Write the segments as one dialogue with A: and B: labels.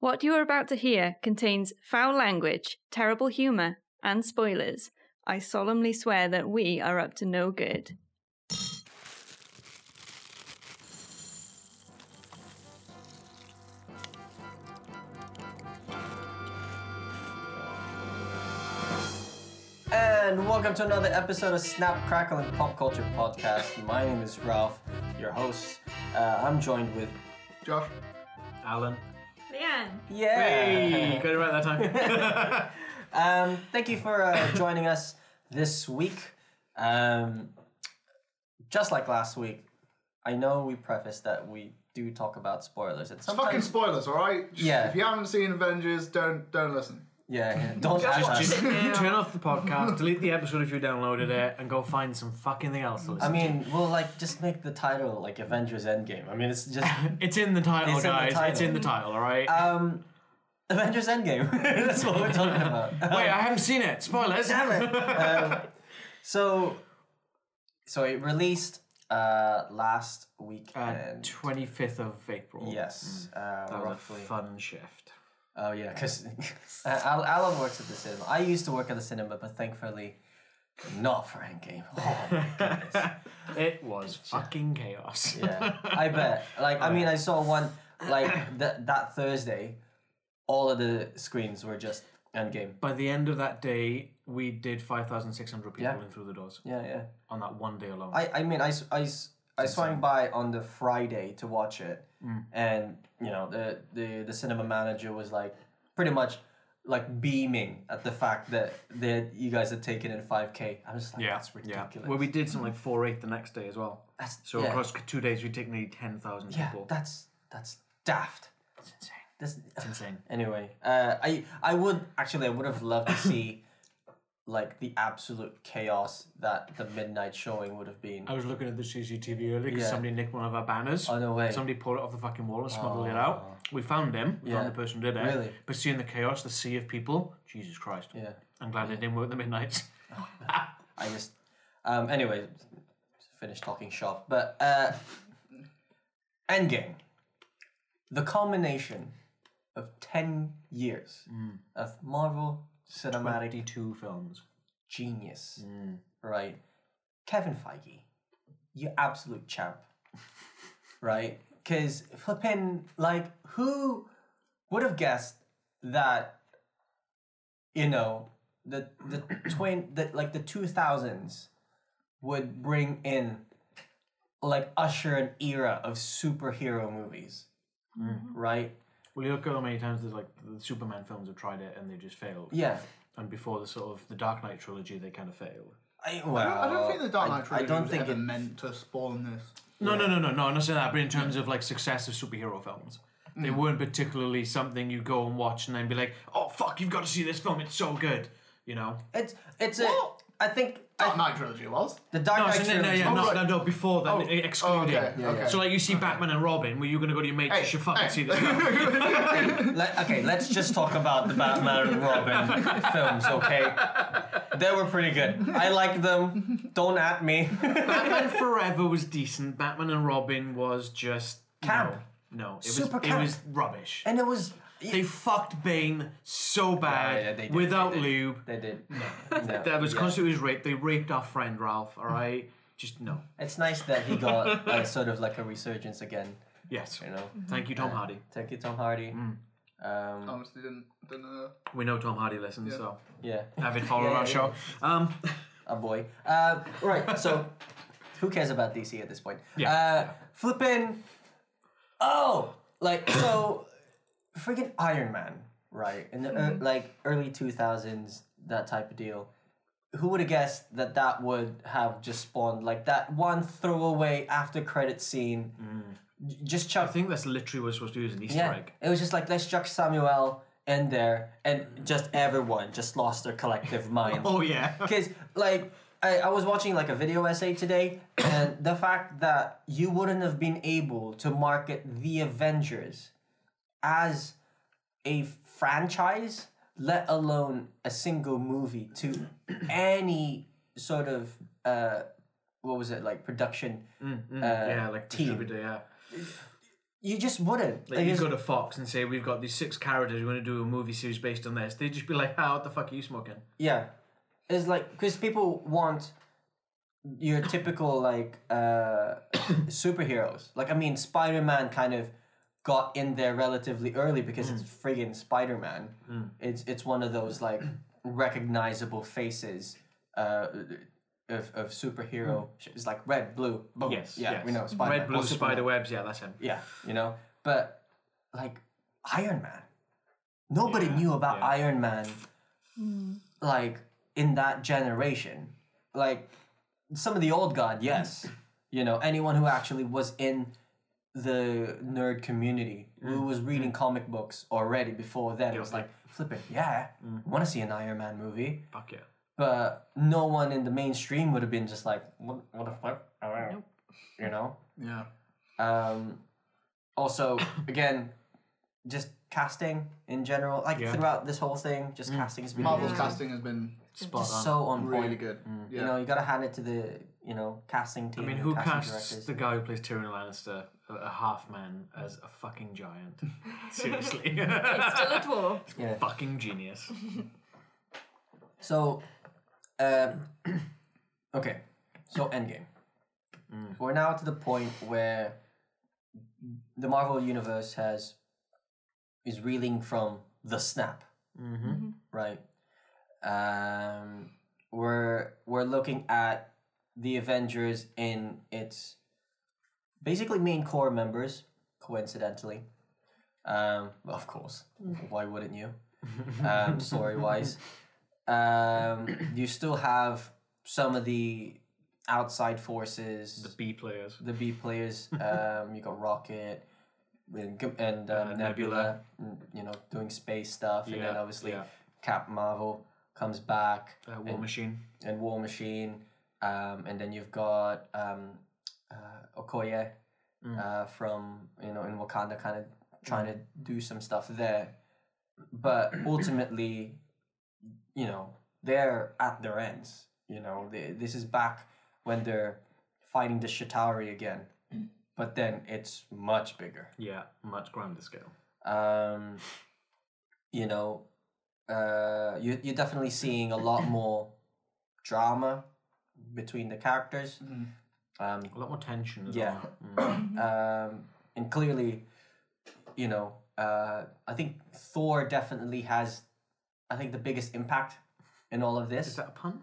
A: What you are about to hear contains foul language, terrible humour, and spoilers. I solemnly swear that we are up to no good.
B: And welcome to another episode of Snap Crackle and Pop Culture Podcast. My name is Ralph, your host. Uh, I'm joined with
C: Josh. Alan.
A: Leanne.
B: yeah.
C: Hey, got it right that time.
B: Um, thank you for uh, joining us this week. Um, just like last week, I know we prefaced that we do talk about spoilers. And
C: Fucking
B: sometimes,
C: spoilers, all right? Just-
B: Um, Yeah.
C: If you haven't seen Avengers, don't don't listen.
B: yeah, yeah, don't ask us.
D: Just turn off the podcast, delete the episode if you downloaded it, and go find some fucking thing else to
B: I
D: listen.
B: mean, we'll like just make the title like Avengers Endgame. I mean, it's just
D: it's in the title,
B: It's in the
D: guys.
B: title.
D: It's in the title, all right.
B: um, Avengers Endgame. That's what we're talking about.
D: Wait, I haven't seen it. Spoilers.
B: Damn it. um, so, so it released uh, last week and
D: Twenty fifth of April.
B: yes,
D: Uh, Mm. that
B: uh,
D: was
B: roughly.
D: a fun shift.
B: Oh yeah, because Al Alan works at the cinema. I used to work at the cinema, but thankfully, not for Endgame. Oh my goodness.
D: It was fucking chaos.
B: Yeah, I bet. Like, I mean, I saw one like that that Thursday. All of the screens were just Endgame.
D: By the end of that day, we did five thousand six hundred people
B: Yeah.
D: in through the doors
B: Yeah, yeah.
D: on that one day alone.
B: I, I mean, I, s- I, s- I swung by on the Friday to watch it, and you know the, the the cinema manager was like pretty much like beaming at the fact that that you guys had taken in five k. I was like,
D: yeah,
B: that's ridiculous.
D: yeah. Well, we did something like four eight the next day as well.
B: That's-
D: so
B: yeah.
D: across two days, we took nearly ten thousand
B: yeah,
D: people.
B: that's that's daft.
D: That's insane.
B: That's,
D: It's insane.
B: anyway, uh, I I would actually I would have loved to see like the absolute chaos that the midnight showing would have been.
D: I was looking at the CCTV earlier because
B: Yeah.
D: somebody nicked one of our banners.
B: Oh, no way.
D: Somebody pulled it off the fucking wall and smuggled it out. We found him. We
B: Yeah.
D: found the person who did it.
B: Really?
D: But seeing the chaos, the sea of people, Jesus Christ.
B: Yeah.
D: I'm glad it didn't work the midnights.
B: I just, um, anyway, finish talking shop. But uh, Endgame, the culmination of ten years of Marvel cinematic
D: 22 films.
B: genius,
C: Mm.
B: right? Kevin Feige, you absolute champ, right? Because flipping, like, who would have guessed that, you know, the the twin that like the two thousands would bring in, like, usher an era of superhero movies,
C: Mm-hmm.
B: right?
D: Well, you look at how many times there's like the Superman films have tried it and they just failed.
B: Yeah.
D: And before the sort of the Dark Knight trilogy, they kind of failed.
B: I, well,
C: I don't think the Dark
B: I-
C: Knight trilogy
B: I don't
C: was
B: think
C: ever
B: it-
C: meant to spawn this.
D: No, no, no, no, no. I'm not saying that, but in terms of like success of superhero films, they
B: Mm.
D: weren't particularly something you go and watch and then be like, oh fuck, you've got to see this film. It's so good. You know.
B: It's it's a.
C: What?
B: I think
C: Dark Knight trilogy was.
B: the Dark
D: No,
B: Knight
D: so no, no,
B: trilogy-
D: yeah, no,
C: right.
D: no, no, before
B: Oh,
D: that, e- excluding.
C: okay, Yeah, okay.
D: So, like, you see Batman and Robin, were you going to go to your mates? you should fucking
C: hey.
D: see this film.
B: Let, okay, let's just talk about the Batman and Robin films, okay? They were pretty good. I like them. Don't at me.
D: Batman Forever was decent. Batman and Robin was just
B: Camp.
D: No, no it
B: Super
D: was
B: camp.
D: it was rubbish.
B: and it was.
D: they fucked Bane so bad
B: yeah, they did,
D: without
B: they did.
D: lube.
B: They did.
D: That was
B: yeah. Mm-hmm.
D: constantly was rape. They raped our friend Ralph. All right, just no.
B: It's nice that he got uh, sort of like a resurgence again.
D: Yes,
B: You know.
D: thank you, Tom Hardy.
B: Thank you, Tom Hardy.
D: Mm.
B: Um,
D: Oh.
C: Honestly, didn't didn't uh, know.
D: We know Tom Hardy listens, so
B: yeah,
D: avid follower of
B: Yeah,
D: our
B: yeah,
D: show. Um,
B: a boy. Uh, right. So, who cares about DC at this point?
D: Yeah,
B: Uh, flipping. Oh, like so, freaking Iron Man, right? In the ear-
D: Mm-hmm.
B: like early two thousands, that type of deal. Who would have guessed that that would have just spawned like that one throwaway after credit scene? j- Just
D: Mm. I
B: chuck.
D: think that's literally what we're supposed to do as an Easter
B: Yeah,
D: egg.
B: it was just like let's chuck Samuel in there, and
D: Mm.
B: just everyone just lost their collective mind.
D: Oh yeah.
B: Because like I, I was watching like a video essay today, and the fact that you wouldn't have been able to market the Avengers as a franchise, let alone a single movie to any sort of uh, what was it like production?
D: Mm,
B: uh,
D: yeah, like
B: team.
D: distributor, yeah.
B: you just wouldn't.
D: Like
B: Like,
D: you
B: it's-
D: go to Fox and say, "We've got these six characters. We want to do a movie series based on this." They'd just be like, "How the fuck are you smoking?"
B: Yeah, it's like because people want your typical like uh superheroes. Like I mean, Spider Man kind of got in there relatively early because it's
D: Mm.
B: friggin' Spider Man. It's it's one of those like recognizable faces. Uh, of, of superhero, sh it's like red, blue, boom. Oh, yeah, we know Spider-Man.
D: Mm. Red,
B: or
D: blue,
B: Superman.
D: spider webs. Yeah, that's him.
B: Yeah, you know, but like Iron Man, nobody knew about
D: yeah.
B: Iron Man like in that generation. Like some of the old guard, yes, you know, anyone who actually was in the nerd community who
D: Mm.
B: was reading comic books already before then it was
D: Yeah.
B: like flipping yeah
D: Mm.
B: want to see an iron man movie
D: Fuck yeah.
B: but no one in the mainstream would have been just like what, what the fuck I don't know." you know
C: Yeah.
B: um, also, again, just casting in general, like
D: Yeah.
B: throughout this whole thing, just casting has been
C: Mm. Marvel's
B: amazing.
C: casting has been
D: Spot
B: Just
D: on.
B: so on point. Mm.
C: really good. Yeah.
B: You know, you gotta hand it to the you know casting
D: I
B: team.
D: mean,
B: and
D: who
B: casting
D: casts
B: directors.
D: the guy who plays Tyrion Lannister, a, a half man, as a fucking giant? Seriously,
A: Still a dwarf.
D: fucking genius.
B: So, um, okay, so Endgame.
C: Mm.
B: We're now to the point where the Marvel universe has is reeling from the snap, Mm-hmm. right? Um, we're we're looking at the Avengers in its basically main core members, coincidentally. Um, of course, why wouldn't you? Um, story wise um, you still have some of the outside
D: The
B: forces,
D: B players.
B: the B players. Um, you got Rocket and, G- and um,
D: Uh,
B: Nebula,
D: Nebula.
B: n- you know, doing space stuff, and then
D: Yeah,
B: obviously
D: yeah.
B: Cap Marvel comes back
D: Uh, War Machine.
B: and War Machine, um, and then you've got um, uh, Okoye uh, from you know in Wakanda, kind of trying to do some stuff there, but ultimately, you know, they're at their ends. You know, they, this is back when they're fighting the Chitauri again, but then it's much bigger
D: Yeah, much grander scale.
B: um, you know, uh, you, you're definitely seeing a lot more drama between the characters. Um,
D: A lot more tension. As
B: Yeah.
D: Well. Mm.
B: um, and clearly, you know, uh, I think Thor definitely has, I think, the biggest impact in all of
D: Is
B: this.
D: that a pun?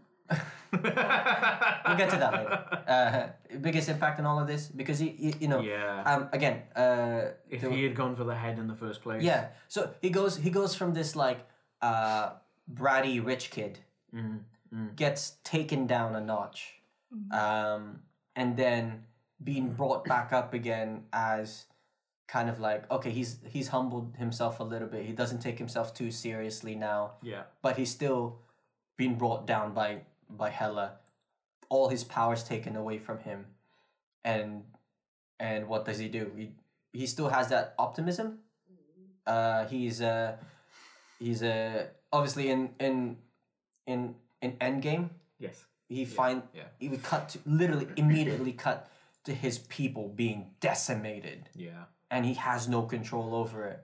B: We'll get to that later. Uh, biggest impact in all of this because, he, he, you know,
D: Yeah.
B: um, again, uh,
D: If
B: there were-
D: he had gone for the head in the first place.
B: Yeah. So he goes he goes from this like uh bratty rich kid gets taken down a notch. Um and then being brought back up again as kind of like okay he's he's humbled himself a little bit. He doesn't take himself too seriously now,
D: Yeah.
B: but he's still being brought down by by Hela. All his powers taken away from him. And and what does he do? He he still has that optimism uh, he's uh, he's uh, obviously in in in in Endgame.
D: Yes.
B: He find
D: yeah.
B: he would cut to, literally immediately cut to his people being decimated,
D: Yeah.
B: and he has no control over it.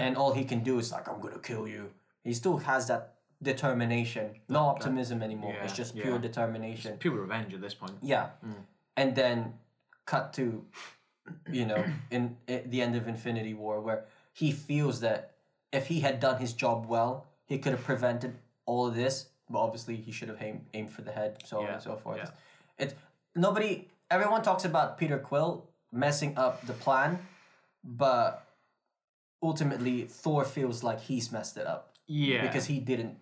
B: and all he can do is like, "I'm gonna kill you." He still has that determination, no optimism anymore. it's
D: yeah,
B: just pure
D: yeah.
B: determination.
D: Pure revenge at this point.
B: Yeah.
D: Mm.
B: And then cut to, you know, in at the end of Infinity War, where he feels that if he had done his job well, he could have prevented all of this. But obviously, he should have aimed, aimed for the head, so on
D: Yeah,
B: and so forth.
D: yeah.
B: It's nobody. Everyone talks about Peter Quill messing up the plan, but ultimately, Thor feels like he's messed it up
D: Yeah.
B: because he didn't.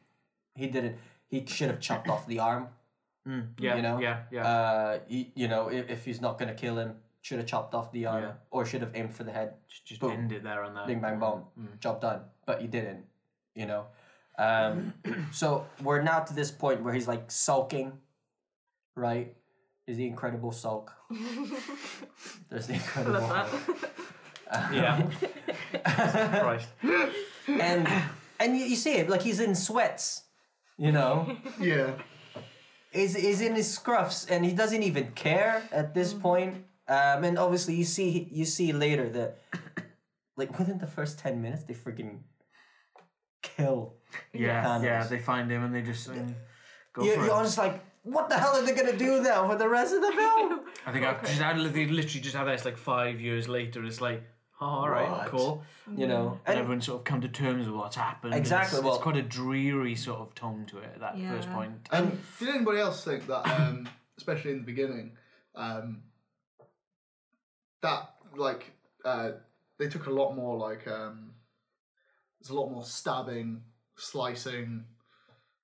B: He didn't. He should have chopped off the arm
D: yeah,
B: mm, you know?
D: Yeah. Yeah.
B: uh, y- you know, if, if he's not gonna kill him, should have chopped off the arm
D: Yeah.
B: or should have aimed for the head.
D: just just
B: boom.
D: end Mm. it there on that.
B: Bing bang boom, job done. But he didn't, you know. Um, so we're now to this point where he's like sulking, right? Is the incredible sulk? There's the incredible. Hulk.
D: Yeah. Christ.
B: And and you, you see it like he's in sweats, you know.
C: Yeah.
B: is is in his scruffs and he doesn't even care at this point. Um, and obviously you see you see later that like within the first ten minutes they freaking kill.
D: Yeah,
B: Thanos.
D: yeah. They find him and they just um, go
B: You,
D: for
B: you're
D: it.
B: just like, what the hell are they gonna do now for the rest of the film?
D: I think I've just had they literally just had this like five years later. It's like, oh, all right,
B: What?
D: cool.
B: you know,
D: And,
B: and
D: everyone's sort of come to terms with what's happened. and
B: Exactly,
D: It's,
B: well-
D: it's quite a dreary sort of tone to it at that
A: Yeah.
D: first point.
B: Um,
C: And did anybody else think that, um, especially in the beginning, um, that like uh, they took a lot more like um, there's a lot more stabbing, slicing,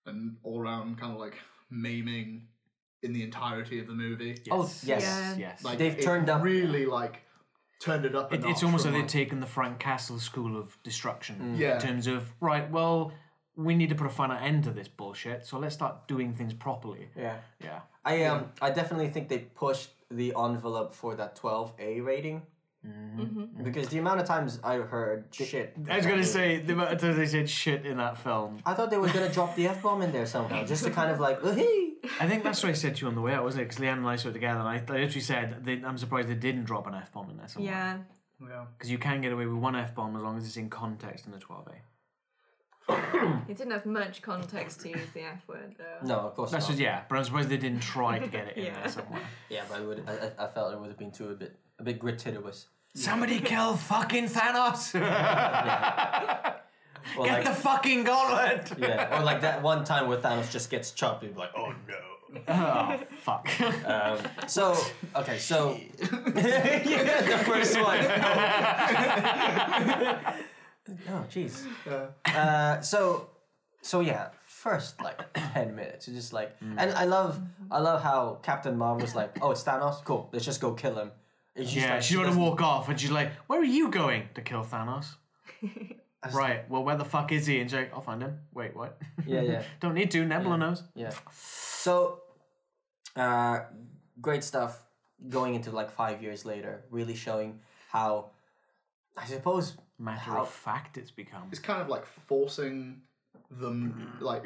C: and all round kind of like maiming in the entirety of the movie.
B: Oh, yes.
A: Yeah.
D: yes.
C: Like
B: They've
C: it
B: turned up-
C: really like turned it up. a
D: It, it's
C: notch
D: almost
C: from,
D: like they've
C: like-
D: taken the Frank Castle school of
B: Mm.
D: destruction
C: Yeah.
D: in terms of right. Well, we need to put a final end to this bullshit, so let's start doing things properly.
B: yeah,
D: Yeah,
B: I um, I definitely think they pushed the envelope for that 12A rating because the amount of times I heard shit.
D: Mm-hmm. I was gonna say the amount of times they said shit in that film.
B: I thought they were gonna drop the F bomb in there somehow, just to kind of like, "Ooh-hee."
D: I think that's what I said to you on the way out, wasn't it? Because Leanne and I saw it together, and I, I literally said, they, "I'm surprised they didn't drop an F bomb in there somewhere."
A: Yeah.
C: Yeah.
D: Because you can get away with one F bomb as long as it's in context in the 12A.
A: It didn't have much context to use the F word though.
B: No, of course
D: That's
B: not.
D: just yeah, but I'm surprised they didn't try to get it in
A: Yeah.
D: there somewhere.
B: Yeah, but I, would, I, I- I felt it would have been too a bit a bit gratuitous.
D: Somebody kill fucking Thanos!
B: Or like,
D: Get the fucking gauntlet!
B: yeah, or like that one time where Thanos just gets chopped, and be like, oh no.
D: Oh fuck!
B: Um, so okay, so yeah, the first one. oh jeez.
C: Yeah.
B: Uh, so so yeah, first like ten minutes, it's just like, and I love I love how Captain Marvel's like, oh it's Thanos, cool, let's just go kill him. It's just
D: yeah,
B: like,
D: she's going to
B: doesn't-
D: walk off, and she's like, "Where are you going to kill Thanos?" right. Well, where the fuck is he? And she's like, "I'll find him." Wait, what?
B: Yeah, yeah.
D: Don't need to. Nebula knows.
B: Yeah. So, uh, great stuff going into like five years later, really showing how, I suppose,
D: Matter
B: How-
D: of fact, it's become.
C: it's kind of like forcing them like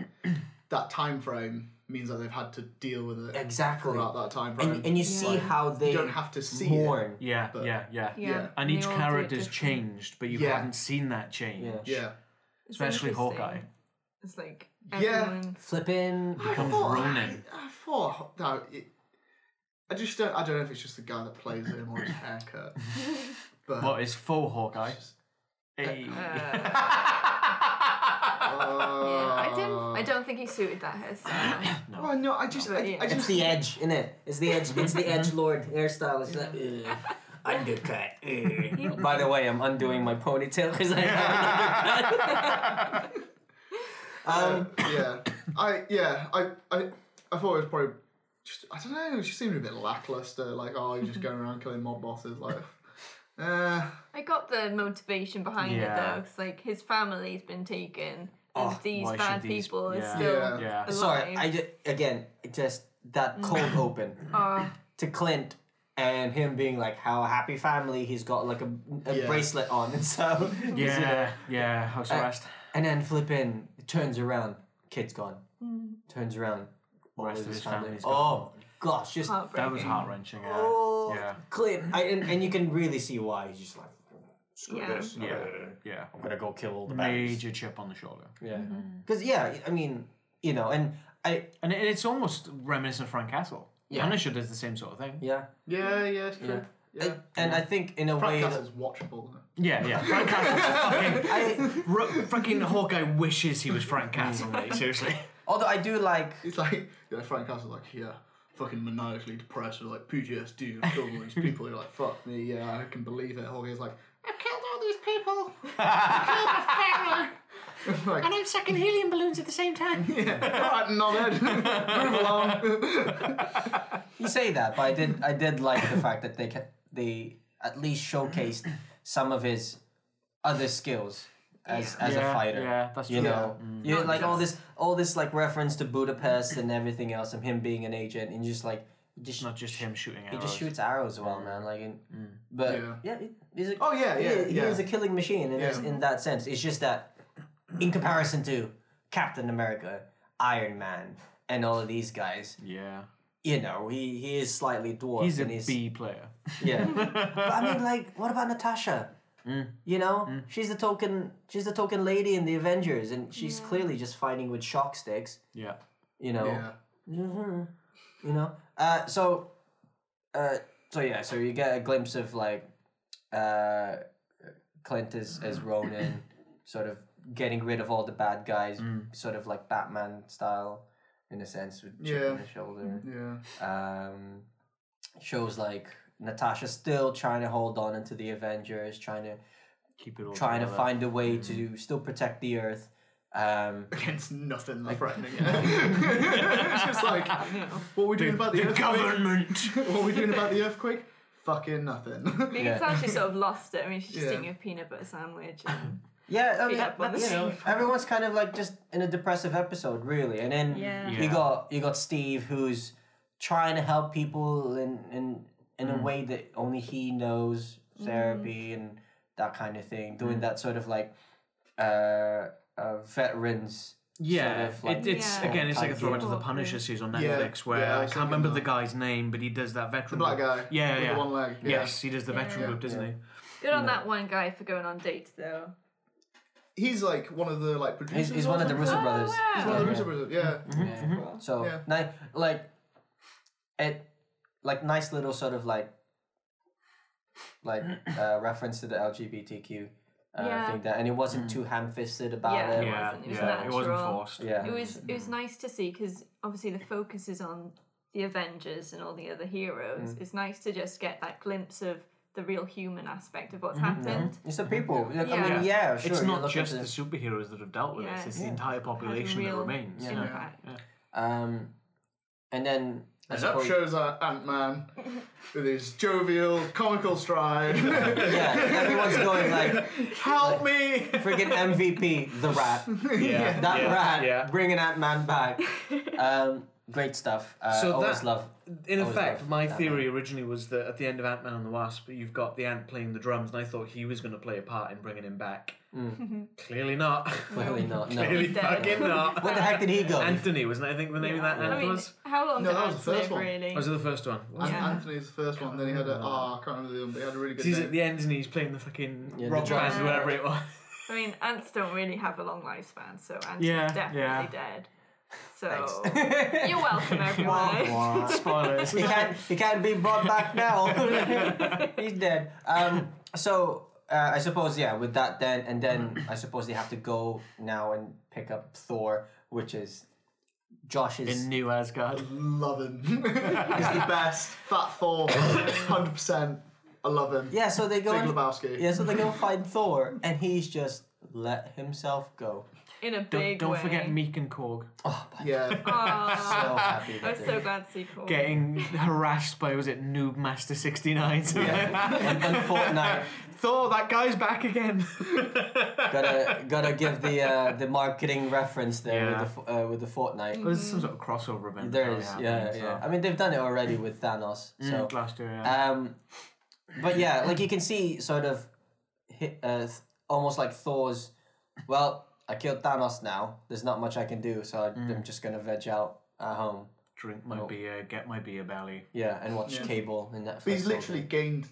C: that time frame means that they've had to deal with it
B: Exactly.
C: throughout that time frame
B: and, and you see
C: Like,
B: how they
C: you don't have to see
B: mourn.
D: Yeah,
C: But-
D: yeah, yeah,
A: Yeah.
D: And
A: they
D: each
A: all do it
D: character's
A: different.
D: changed, but you
C: Yeah.
D: haven't seen that change.
B: Yeah.
C: it yeah
A: It's
D: Especially
A: interesting.
D: Hawkeye.
A: It's like
C: Yeah.
A: everyone.
B: Flippin'.
C: I
D: Becomes
C: thought,
D: Ronin.
C: I, I thought no, it, I just don't I don't know if it's just the guy that plays him or his haircut but uh,
D: What is full Hawkeye? Hey.
A: Uh, yeah, I didn't. I don't think he suited that hairstyle.
C: oh no I just I, I
B: It's
C: just
B: the edge, isn't it? It's the edge. It's the edge lord hairstyle. It's like ugh, undercut. ugh. By the way, I'm undoing my ponytail because I have an undercut.
C: um, yeah I yeah I, I I thought it was probably just I don't know it just seemed a bit lackluster like oh you're just going around killing mob bosses like eh.
A: I got the motivation behind it
D: Yeah.
A: though, 'cause, like his family's been taken, and
B: Oh,
A: these
D: why should
A: bad
D: these-
A: people
D: yeah.
A: are still
C: Yeah.
D: Yeah.
A: alive.
B: Sorry, I just again just that cold open
A: Oh,
B: to Clint and him being like how happy family he's got like a, a
C: Yeah.
B: bracelet on and so
D: yeah, yeah, house arrest.
B: and then flipping turns around, kid's gone. Turns around, all
D: Rest
B: of
D: of
B: his
D: his
B: family.
D: family's
B: Oh gosh, just
D: that
A: heartbreaking.
D: was heart wrenching. Yeah.
B: oh
D: yeah.
B: Clint, I, and, and you can really see why he's just like screw
A: Yeah.
B: this.
D: Yeah. Yeah.
B: I'm gonna go kill all the baddies.
D: Major chip on the shoulder.
B: Yeah, because yeah, I mean, you know, and I
D: And it, it's almost reminiscent of Frank Castle.
B: Yeah.
D: Yeah. Punisher does the same sort of thing.
B: yeah,
C: yeah yeah it's true.
B: yeah,
C: yeah.
B: And- and I think in a way.
C: Frank
B: that-
C: Castle's watchable. though.
D: Yeah, yeah. Frank Castle's fucking.
B: I,
D: Ro- fucking Hawkeye wishes he was Frank Castle,
B: Mm.
D: mate, seriously.
B: although I do like
C: It's like, yeah, Frank Castle's like, yeah, fucking maniacally depressed with like PTSD and all these people. You're like, fuck me, yeah, I can believe it. Hawkeye's like, I've killed all these people. I killed the pharaoh. like,
D: I'm sucking helium balloons at the same time.
C: yeah, all right, knobhead, move along.
B: you say that, but I did I did like the fact that they ca- they at least showcased some of his other skills as as a
D: Yeah,
B: fighter.
D: yeah, Mm. that's
B: you
D: true.
B: know, you like all this all this like reference to Budapest and everything else, and him being an agent, and just like just
D: Not just him shooting
B: he
D: arrows. Mm.
B: just shoots arrows well, man. Like, and, but
C: Yeah.
B: yeah, he- he's a,
C: Oh, yeah, yeah,
B: he, he
C: yeah.
B: is a killing machine in, his-
C: Yeah.
B: in that sense. It's just that in comparison to Captain America, Iron Man, and all of these guys,
D: Yeah.
B: you know, he, he is slightly dwarfed.
D: He's a
B: and he's,
D: B player.
B: Yeah. but I mean, like, what about Natasha?
D: Mm.
B: You know, she's the token. She's the token lady in the Avengers, and she's clearly just fighting with shock sticks.
D: Yeah.
B: You know.
C: Yeah.
B: You know. Uh, so, uh, so yeah. So you get a glimpse of like, uh, Clint as as Ronan, sort of getting rid of all the bad guys,
D: Mm.
B: sort of like Batman style, in a sense, with chip on
C: Yeah.
B: his shoulder
C: Yeah.
B: um, shows like Natasha still trying to hold on into the Avengers, trying to
D: Keep it all.
B: trying to
D: together.
B: find a way
C: Mm-hmm.
B: to still protect the Earth. Um,
C: Against nothing like threatening it. it's just like, what are we doing about the,
D: the
C: earthquake?
D: government.
C: what are we doing about the earthquake? Fucking nothing.
A: You
B: Yeah.
A: can tell she's sort of lost it. I mean, she's just
C: Yeah.
A: eating a peanut butter sandwich. And,
B: yeah, I
A: Pick
B: mean,
A: up on the
B: you know,
A: same-
B: everyone's kind of like just in a depressive episode, really. And then
A: Yeah.
B: you
D: Yeah.
B: got you got Steve who's trying to help people in in in
C: Mm.
B: a way that only he knows therapy and that kind of thing,
C: Mm.
B: doing that sort of like uh, uh veterans.
D: Yeah,
B: sort of, like,
D: it, it's
A: Yeah.
D: again, it's like a
B: type
D: throwback to the
A: deal.
D: Punisher series on
C: Yeah,
D: Netflix, where
C: yeah, I
D: I
C: was
D: can't
C: thinking
D: remember
C: that.
D: the guy's name, but he does that veteran.
C: black
D: group.
C: guy
D: Yeah,
C: with the
D: yeah.
C: one leg, yeah.
D: Yes, he does the veteran
A: Yeah.
D: group, doesn't
A: good on that one guy for going on dates, though.
C: He's like one of the like producers.
B: He's, he's
C: or
B: one of the Russo
C: something.
B: brothers.
A: wow.
C: He's one of
B: Yeah.
C: the Russo brothers. Yeah.
D: Mm-hmm,
B: Yeah.
D: Hmm?
B: So
C: Yeah.
B: ni- like it like nice little sort of like like uh, reference to the LGBTQ uh,
A: Yeah.
B: thing there, and it wasn't too ham fisted about
A: Yeah.
B: it.
D: he? Mm. Yeah,
A: wasn't- it was
D: yeah. It wasn't
A: natural.
D: forced.
B: Yeah.
A: It was it was nice to see because obviously the focus is on the Avengers and all the other heroes.
D: Hmm.
A: It's nice to just get that glimpse of the real human aspect of
D: Hmm.
A: what's happened.
B: It's the people. Like, I
A: Yeah.
B: mean, yeah, sure.
D: Mm-hmm. it's
B: you
D: not
B: look at
D: just the superheroes that have dealt with
A: Yeah,
D: this; it's
A: yeah.
D: the entire population that
A: real
D: remains. you know?
A: impact.
D: Yeah.
B: um, and then I
C: And up
B: suppose-
C: shows uh, Ant Man with his jovial, comical stride.
B: yeah, everyone's going like
D: Help me!
B: freaking MVP, the rat.
D: yeah,
B: That
D: yeah,
B: rat
D: yeah.
B: bringing Ant Man back. Um, great stuff. Uh,
D: So
B: always
D: that-
B: love.
D: In
B: Always
D: effect,
B: love
D: my
B: that
D: theory originally was that at the end of Ant Man and the Wasp, you've got the ant playing the drums, and I thought he was going to play a part in bringing him back. Clearly not.
B: Clearly not. No.
D: Clearly
A: No.
D: fucking not.
B: Where the heck did he go?
D: Anthony wasn't I think the name of that
A: uh,
D: Oh,
A: I
D: ant
A: mean,
D: was.
A: how long
C: No,
A: did
C: that was
A: ants
C: the first
A: live
C: one.
A: really?
D: Was it the first one? Was
C: An-
D: it?
A: Yeah.
C: Anthony's the first one, then he had a. Ah, I can't remember the other one, but he had a really good
D: He's
C: name.
D: at the end and he's playing the fucking
B: Yeah, the
D: rock
B: drums.
D: band, whatever it was.
A: I mean, ants don't really have a long lifespan, so ants
D: Yeah,
A: is definitely
D: yeah.
A: dead. So you're welcome, everyone.
D: Spoilers.
B: he can't he can't be brought back now. He's dead. Um, so uh, I suppose yeah. With that then and then I suppose they have to go now and pick up Thor, which is Josh's.
D: In New Asgard.
C: Love him. He's the best. Fat Thor. 100%. I love him.
B: yeah. So they go.
C: Big
B: and-
C: Lebowski.
B: yeah. So they go find Thor, and he's just let himself go.
A: In a
D: Don't,
A: big
D: don't
A: way.
D: forget Meek and Korg
C: Yeah.
A: Oh.
B: So
A: Aw,
B: happy.
A: I
B: That
A: was so glad to see Paul.
D: getting harassed by was it Noob Master sixty nine?
B: and, and Fortnite
D: Thor, that guy's back again.
B: gotta gotta give the uh, the marketing reference there
D: Yeah.
B: with the f- uh, with the Fortnite.
D: There's some sort of crossover event.
B: There
D: probably
B: is,
D: happening,
B: yeah,
D: so-
B: yeah. I mean, they've done it already with Thanos, so
D: Mm, last year, yeah.
B: Um, but yeah, like you can see, sort of, hi- uh, th- almost like Thor's. Well, I killed Thanos now. There's not much I can do, so I- I'm just gonna veg out at home.
D: Drink
B: oh.
D: my beer, get my beer belly.
B: Yeah, and watch cable and Netflix.
C: But he's
B: all day.
C: literally gained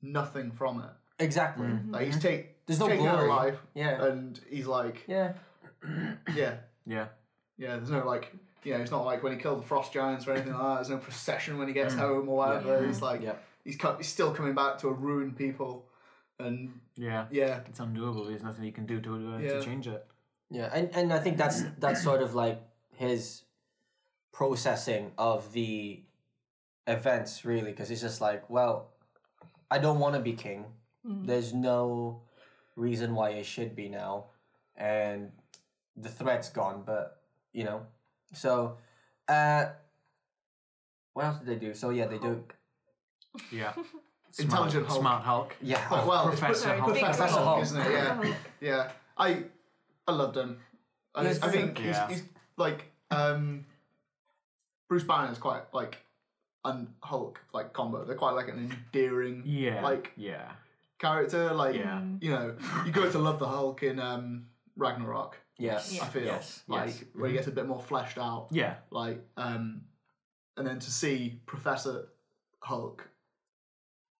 C: nothing from it.
B: exactly.
C: Like, he's take,
B: Mm-hmm. There's no
C: taken Mm-hmm. out
B: glory.
C: alive,
B: Yeah.
C: and he's like,
B: Yeah.
C: yeah.
D: Yeah.
C: Yeah, there's no like, you know, it's not like when he killed the frost giants or anything like that. There's no procession when he gets home or whatever. He's like,
B: Yep.
C: he's co- he's still coming back to ruin people, and
D: Yeah.
C: yeah,
D: It's undoable. There's nothing you can do to, uh,
C: Yeah.
D: to change it.
B: Yeah, and and I think that's that's sort of like his processing of the events really because he's just like, well, I don't want to be king. There's no reason why I should be now, and the threat's gone. But you know, so uh, what else did they do? So yeah, they do.
D: Yeah.
C: Intelligent Hulk.
D: smart, Smart Hulk.
B: Yeah,
C: Oh, well, it's
D: Professor
C: Pro-
A: Hulk.
C: Professor
A: Professor
C: Hulk,
B: Hulk.
C: isn't it? Yeah, yeah. I I loved him. I,
B: Yes.
C: I think
D: Yeah.
C: he's, he's like um, Bruce Banner is quite like un Hulk like combo. They're quite like an endearing
D: Yeah.
C: like
D: yeah.
C: character. Like
D: Yeah.
C: you know, you go to love the Hulk in um, Ragnarok.
B: yeah,
C: I feel
D: Yes,
C: like
D: yes.
C: where he gets a bit more fleshed out.
D: Yeah.
C: like um and then to see Professor Hulk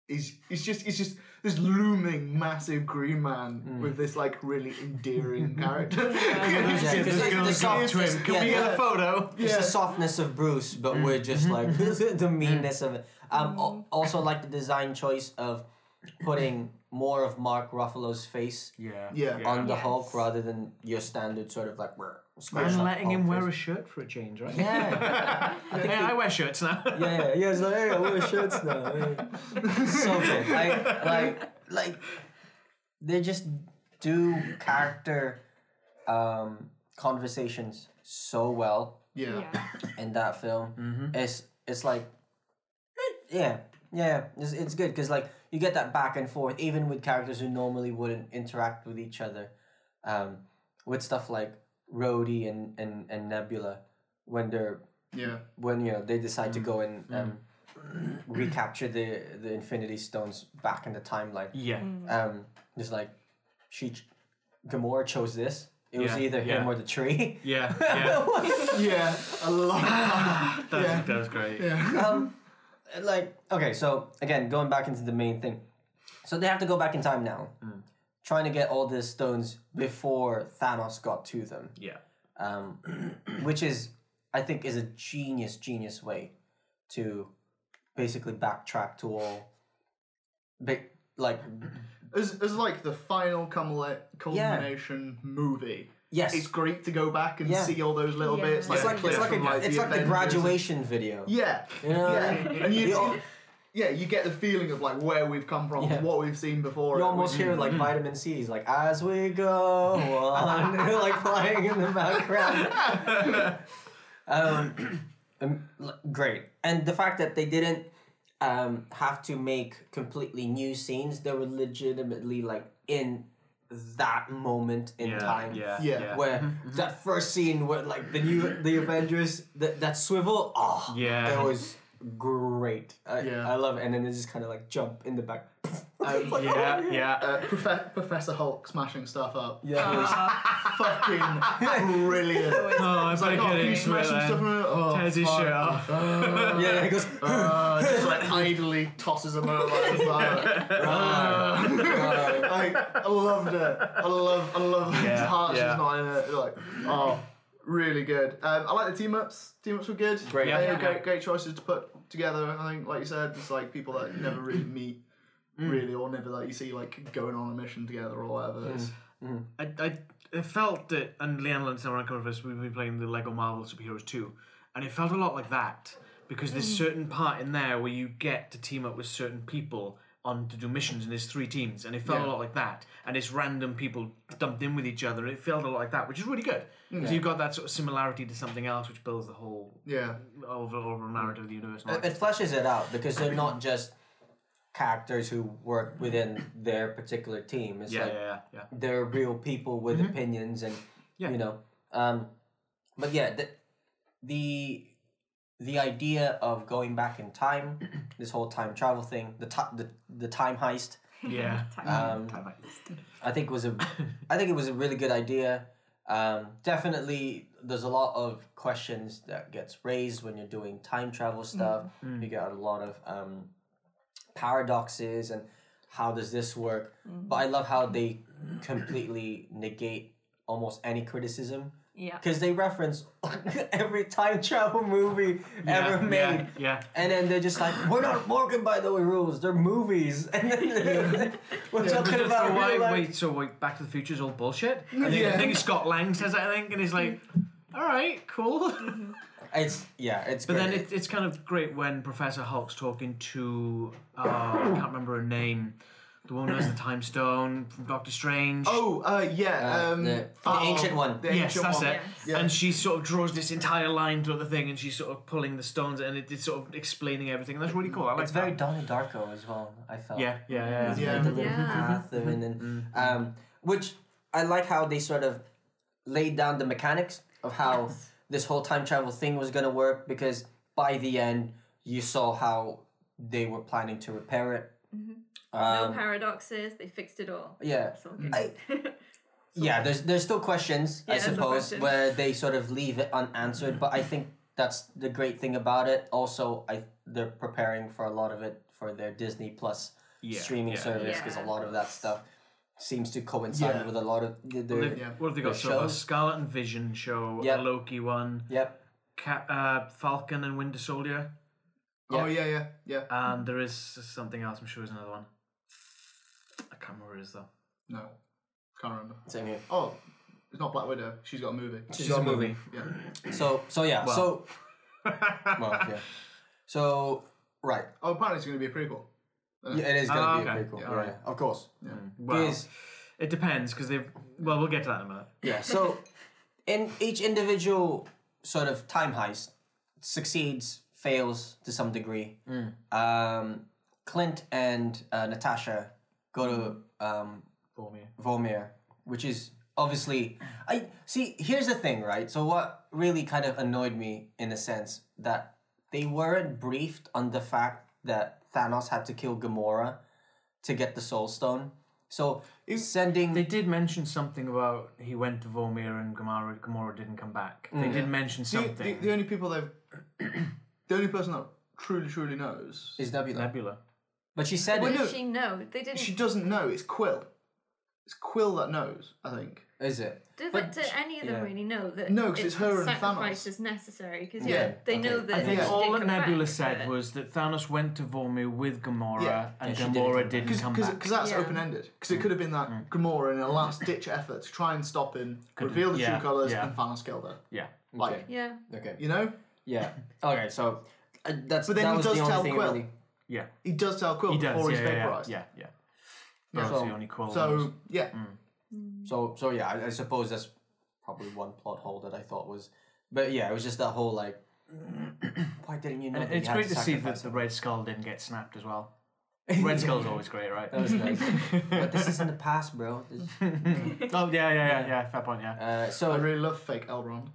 C: is it's just it's just this looming massive green man with this like really endearing character.
D: Those
B: Yeah,
D: kids
B: it's
D: are
B: like
D: gonna
B: the
D: look up
B: soft-
D: to him. Can we
B: yeah.
D: get a photo?
B: It's the
C: Yeah.
B: softness of Bruce, but we're just like the
D: Mm-hmm.
B: meanness of it. Um, al- also like the design choice of putting more of Mark Ruffalo's face
D: Yeah.
C: Yeah.
B: on the
A: Yes.
B: Hulk rather than your standard sort of like brr, square
D: And
B: shot
D: letting
B: Hulk
D: him wear
B: face.
D: a shirt for a change, right?
B: yeah.
D: Hey, I wear shirts now.
B: yeah, yeah, yeah. It's like, hey, I wear shirts now. yeah. so good. Like, like, like, they just do character um, conversations so well
C: yeah.
A: Yeah.
B: in that film.
D: Mm-hmm.
B: It's it's like, eh, yeah, yeah. It's it's good because like you get that back and forth even with characters who normally wouldn't interact with each other, um, with stuff like Rhodey and and and Nebula when they're
C: Yeah.
B: when you know they decide
D: Mm.
B: to go and um, recapture the the Infinity Stones back in the timeline.
D: Yeah.
B: Um, it's like she, ch- Gamora chose this. It was
D: Yeah,
B: either him
D: yeah.
B: or the tree.
D: Yeah. Yeah.
C: Yeah. A lot.
D: That was, that was great.
B: um, like okay, so again, going back into the main thing, so they have to go back in time now,
C: Hmm.
B: trying to get all the stones before Thanos got to them.
D: Yeah.
B: um, which is I think is a genius genius way to basically backtrack to all big like
C: as, as like the final cumula- culmination movie.
B: yes
C: It's
B: it's,
C: great to go back and
B: Yeah.
C: see all those little
A: Yeah.
C: bits.
A: It's
C: Like,
B: like
C: clips
B: it's like,
C: from,
B: a,
C: like
B: it's
C: the
B: like the
C: Avengers.
B: graduation video
C: Yeah.
B: know?
C: yeah. And you,
B: They all-
C: you- yeah, you get the feeling of like where we've come from,
B: Yeah.
C: what we've seen before.
B: you almost hear
C: Mm-hmm.
B: like vitamin C's like as we go on like flying in the background um, um, l- great and the fact that they didn't um, have to make completely new scenes they were legitimately like in that moment in
D: Yeah.
B: time
D: Yeah.
C: Yeah. Mm-hmm,
D: Yeah.
B: where that first scene where like the new the Avengers that that swivel oh
D: Yeah.
B: it was great I,
C: Yeah. Oh,
B: I love it and then they just kind of like jump in the back Like,
D: Yeah. Yeah.
C: Uh, Profe- Professor Hulk smashing stuff up.
B: yeah it was-
C: Fucking brilliant.
D: Oh,
C: Like, oh,
D: I'm gonna
C: can
D: get
C: you
D: into it
C: smash some stuff in
D: then.
C: it? Oh,
D: Tears his
C: fuck.
D: shirt off.
B: yeah, yeah, he goes.
C: Uh, just like idly tosses them over. Like,
D: uh.
B: "Rawr."
C: like I loved it. I love I love his
D: Yeah,
C: heart
D: yeah.
C: she's not in it. Like oh really good. Um, I like the team ups. Team ups were good.
B: Great.
C: They
D: Yeah.
C: were great great choices to put together. I think like you said, it's like people that you never really meet really or never that you see like going on a mission together or whatever. It's,
D: I, I, I felt that, and Leanne and Sam coming first, we've been playing the Lego Marvel Superheroes 2, and it felt a lot like that because there's certain part in there where you get to team up with certain people on to do missions, and there's three teams, and it felt a lot like that. And it's random people dumped in with each other, and it felt a lot like that, which is really good. So you've got that sort of similarity to something else, which builds the whole
C: yeah.
D: overall
B: Hmm.
D: narrative of the universe. and all
B: It, it fleshes it out because they're not just characters who work within their particular team. It's
D: Yeah,
B: like
D: yeah, yeah, yeah.
B: they're real people with opinions, and
D: Yeah.
B: you know. Um, but yeah, the, the the idea of going back in time, this whole time travel thing, the ti- the the time heist.
D: Yeah.
B: Um, I think was a I think it was a really good idea. Um, definitely there's a lot of questions that gets raised when you're doing time
D: Mm.
B: travel stuff. You get a lot of um, paradoxes and how does this work?
D: Mm.
B: But I love how they completely negate almost any criticism
A: Yeah.
B: because they reference every time travel movie
D: Yeah,
B: ever made.
D: yeah, yeah.
B: And then they're just like, we're not working by the rules. They're movies. And then we're talking
D: So
B: about
D: why,
B: real life.
D: wait, so wait, Back to the Future is all bullshit? I think,
C: Yeah.
D: I think Scott Lang says that, I think, and he's like, all right, cool.
B: It's yeah, it's.
D: But
B: great.
D: then it, it's kind of great when Professor Hulk's talking to, uh, I can't remember her name, the woman who has the time stone from Doctor Strange.
C: Oh uh, yeah.
B: Uh,
C: um,
B: the- the
C: oh,
B: ancient one.
C: The
D: Yes,
C: ancient
D: that's
C: one.
D: it.
C: Yeah.
D: And she sort of draws this entire line throughout the thing, and she's sort of pulling the stones, and it- it's sort of explaining everything. That's really cool. I like
B: it's very
D: that.
B: Donnie Darko as well. I felt.
D: Yeah, Mm-hmm. yeah, yeah.
B: It's
D: yeah.
B: like the little
A: Yeah.
B: path and then, um, which I like how they sort of laid down the mechanics of how this whole time travel thing was gonna work because by the end you saw how they were planning to repair it.
A: Mm-hmm. No
B: Um,
A: paradoxes. They fixed it all.
B: yeah.
A: It's all good.
B: I- yeah, there's there's still questions, I
A: Yeah, there's still
B: suppose,
A: questions.
B: where they sort of leave it unanswered. But I think that's the great thing about it. Also, I they're preparing for a lot of it for their Disney Plus
D: Yeah,
B: streaming
D: yeah,
B: service because
A: yeah.
B: a lot of that stuff seems to coincide
C: Yeah.
B: with a lot of the, the,
D: They've-
C: Yeah.
D: What have they got
B: The
D: so far?
B: shows?
D: Scarlet and Vision show,
B: Yep.
D: a Loki one,
B: Yep.
D: Cap, uh, Falcon and Winter Soldier,
B: Yeah.
C: Oh yeah, yeah, yeah.
D: and there is something else. I'm sure there's another one. I can't remember what it is though.
C: No, can't remember.
B: Same here.
C: Oh, it's not Black Widow. She's got a movie.
B: She's a movie.
C: Yeah.
B: So so yeah.
D: Well.
B: So well yeah. So right.
C: Oh, apparently it's going to be a prequel.
B: Yeah, it is gonna
D: Ah,
B: be
D: okay.
B: a prequel.
C: Yeah,
B: Yeah,
C: alright.
B: yeah, of course.
D: Well,
B: Because-
D: it depends because they've. Well, we'll get to that in a minute.
B: Yeah. So, in each individual sort of time heist succeeds, fails to some degree. Um, Clint and uh, Natasha go to um,
D: For me,
B: Vormir, which is obviously I see. Here's the thing, right? So what really kind of annoyed me in a sense that they weren't briefed on the fact that Thanos had to kill Gamora to get the Soul Stone. So sending
D: they did mention something about he went to Vormir and Gamora. Gamora didn't come back. They
B: Mm.
D: did mention
C: The,
D: something.
C: the, the only people they've, the only person that truly truly knows,
B: is Nebula,
D: Nebula.
B: but she said
C: Well,
B: it.
C: no.
A: Did she know? They didn't.
C: she doesn't know. It's Quill. It's Quill that knows. I think.
B: Is it?
A: did,
B: but
A: did any of them
B: yeah.
A: really know that?
C: No, 'cause it's her and
A: sacrifice
C: Thanos.
A: is necessary because yeah,
B: Yeah,
A: they
B: okay.
A: know
B: I
A: that.
B: think
A: she did
D: All that
A: come
D: Nebula
A: back,
D: said
A: but-
D: was that Thanos went to Vormir with Gamora,
C: Yeah.
D: and
B: Yeah, she
D: Gamora
B: didn't
D: didn't, come
C: Because
D: back. Mm.
C: that's
A: Yeah.
C: open ended. Because it could have been that Gamora in a last ditch effort to try and stop him, reveal the
D: yeah,
C: true colors,
D: yeah.
C: and Thanos killed her.
D: yeah.
C: Like
A: Yeah.
B: Okay.
C: you know,
B: Yeah. Okay. So uh, that's
C: But then
B: that
C: he
B: was
C: does
B: the only
C: tell
B: thing. it
C: Quill.
B: Really,
D: Yeah.
C: he does tell Quill
D: He does.
C: before
D: Yeah,
C: he's
D: yeah,
C: vaporized.
D: yeah, Mm. yeah. That was
B: So-
D: the only Quill.
C: So yeah,
B: so so yeah, I, I suppose that's probably one plot hole that I thought was, but yeah, it was just that whole like, why didn't you know?
D: And
B: that
D: it's
B: you had
D: great to see that
B: sacrifice
D: the
B: him?
D: Red Skull didn't get snapped as well. Red Skull's always great, right?
B: That was nice. but this is in the past, bro. This-
D: oh yeah, yeah, yeah, yeah. Fair point. Yeah.
B: uh,
C: I
B: so
C: really love fake Elrond.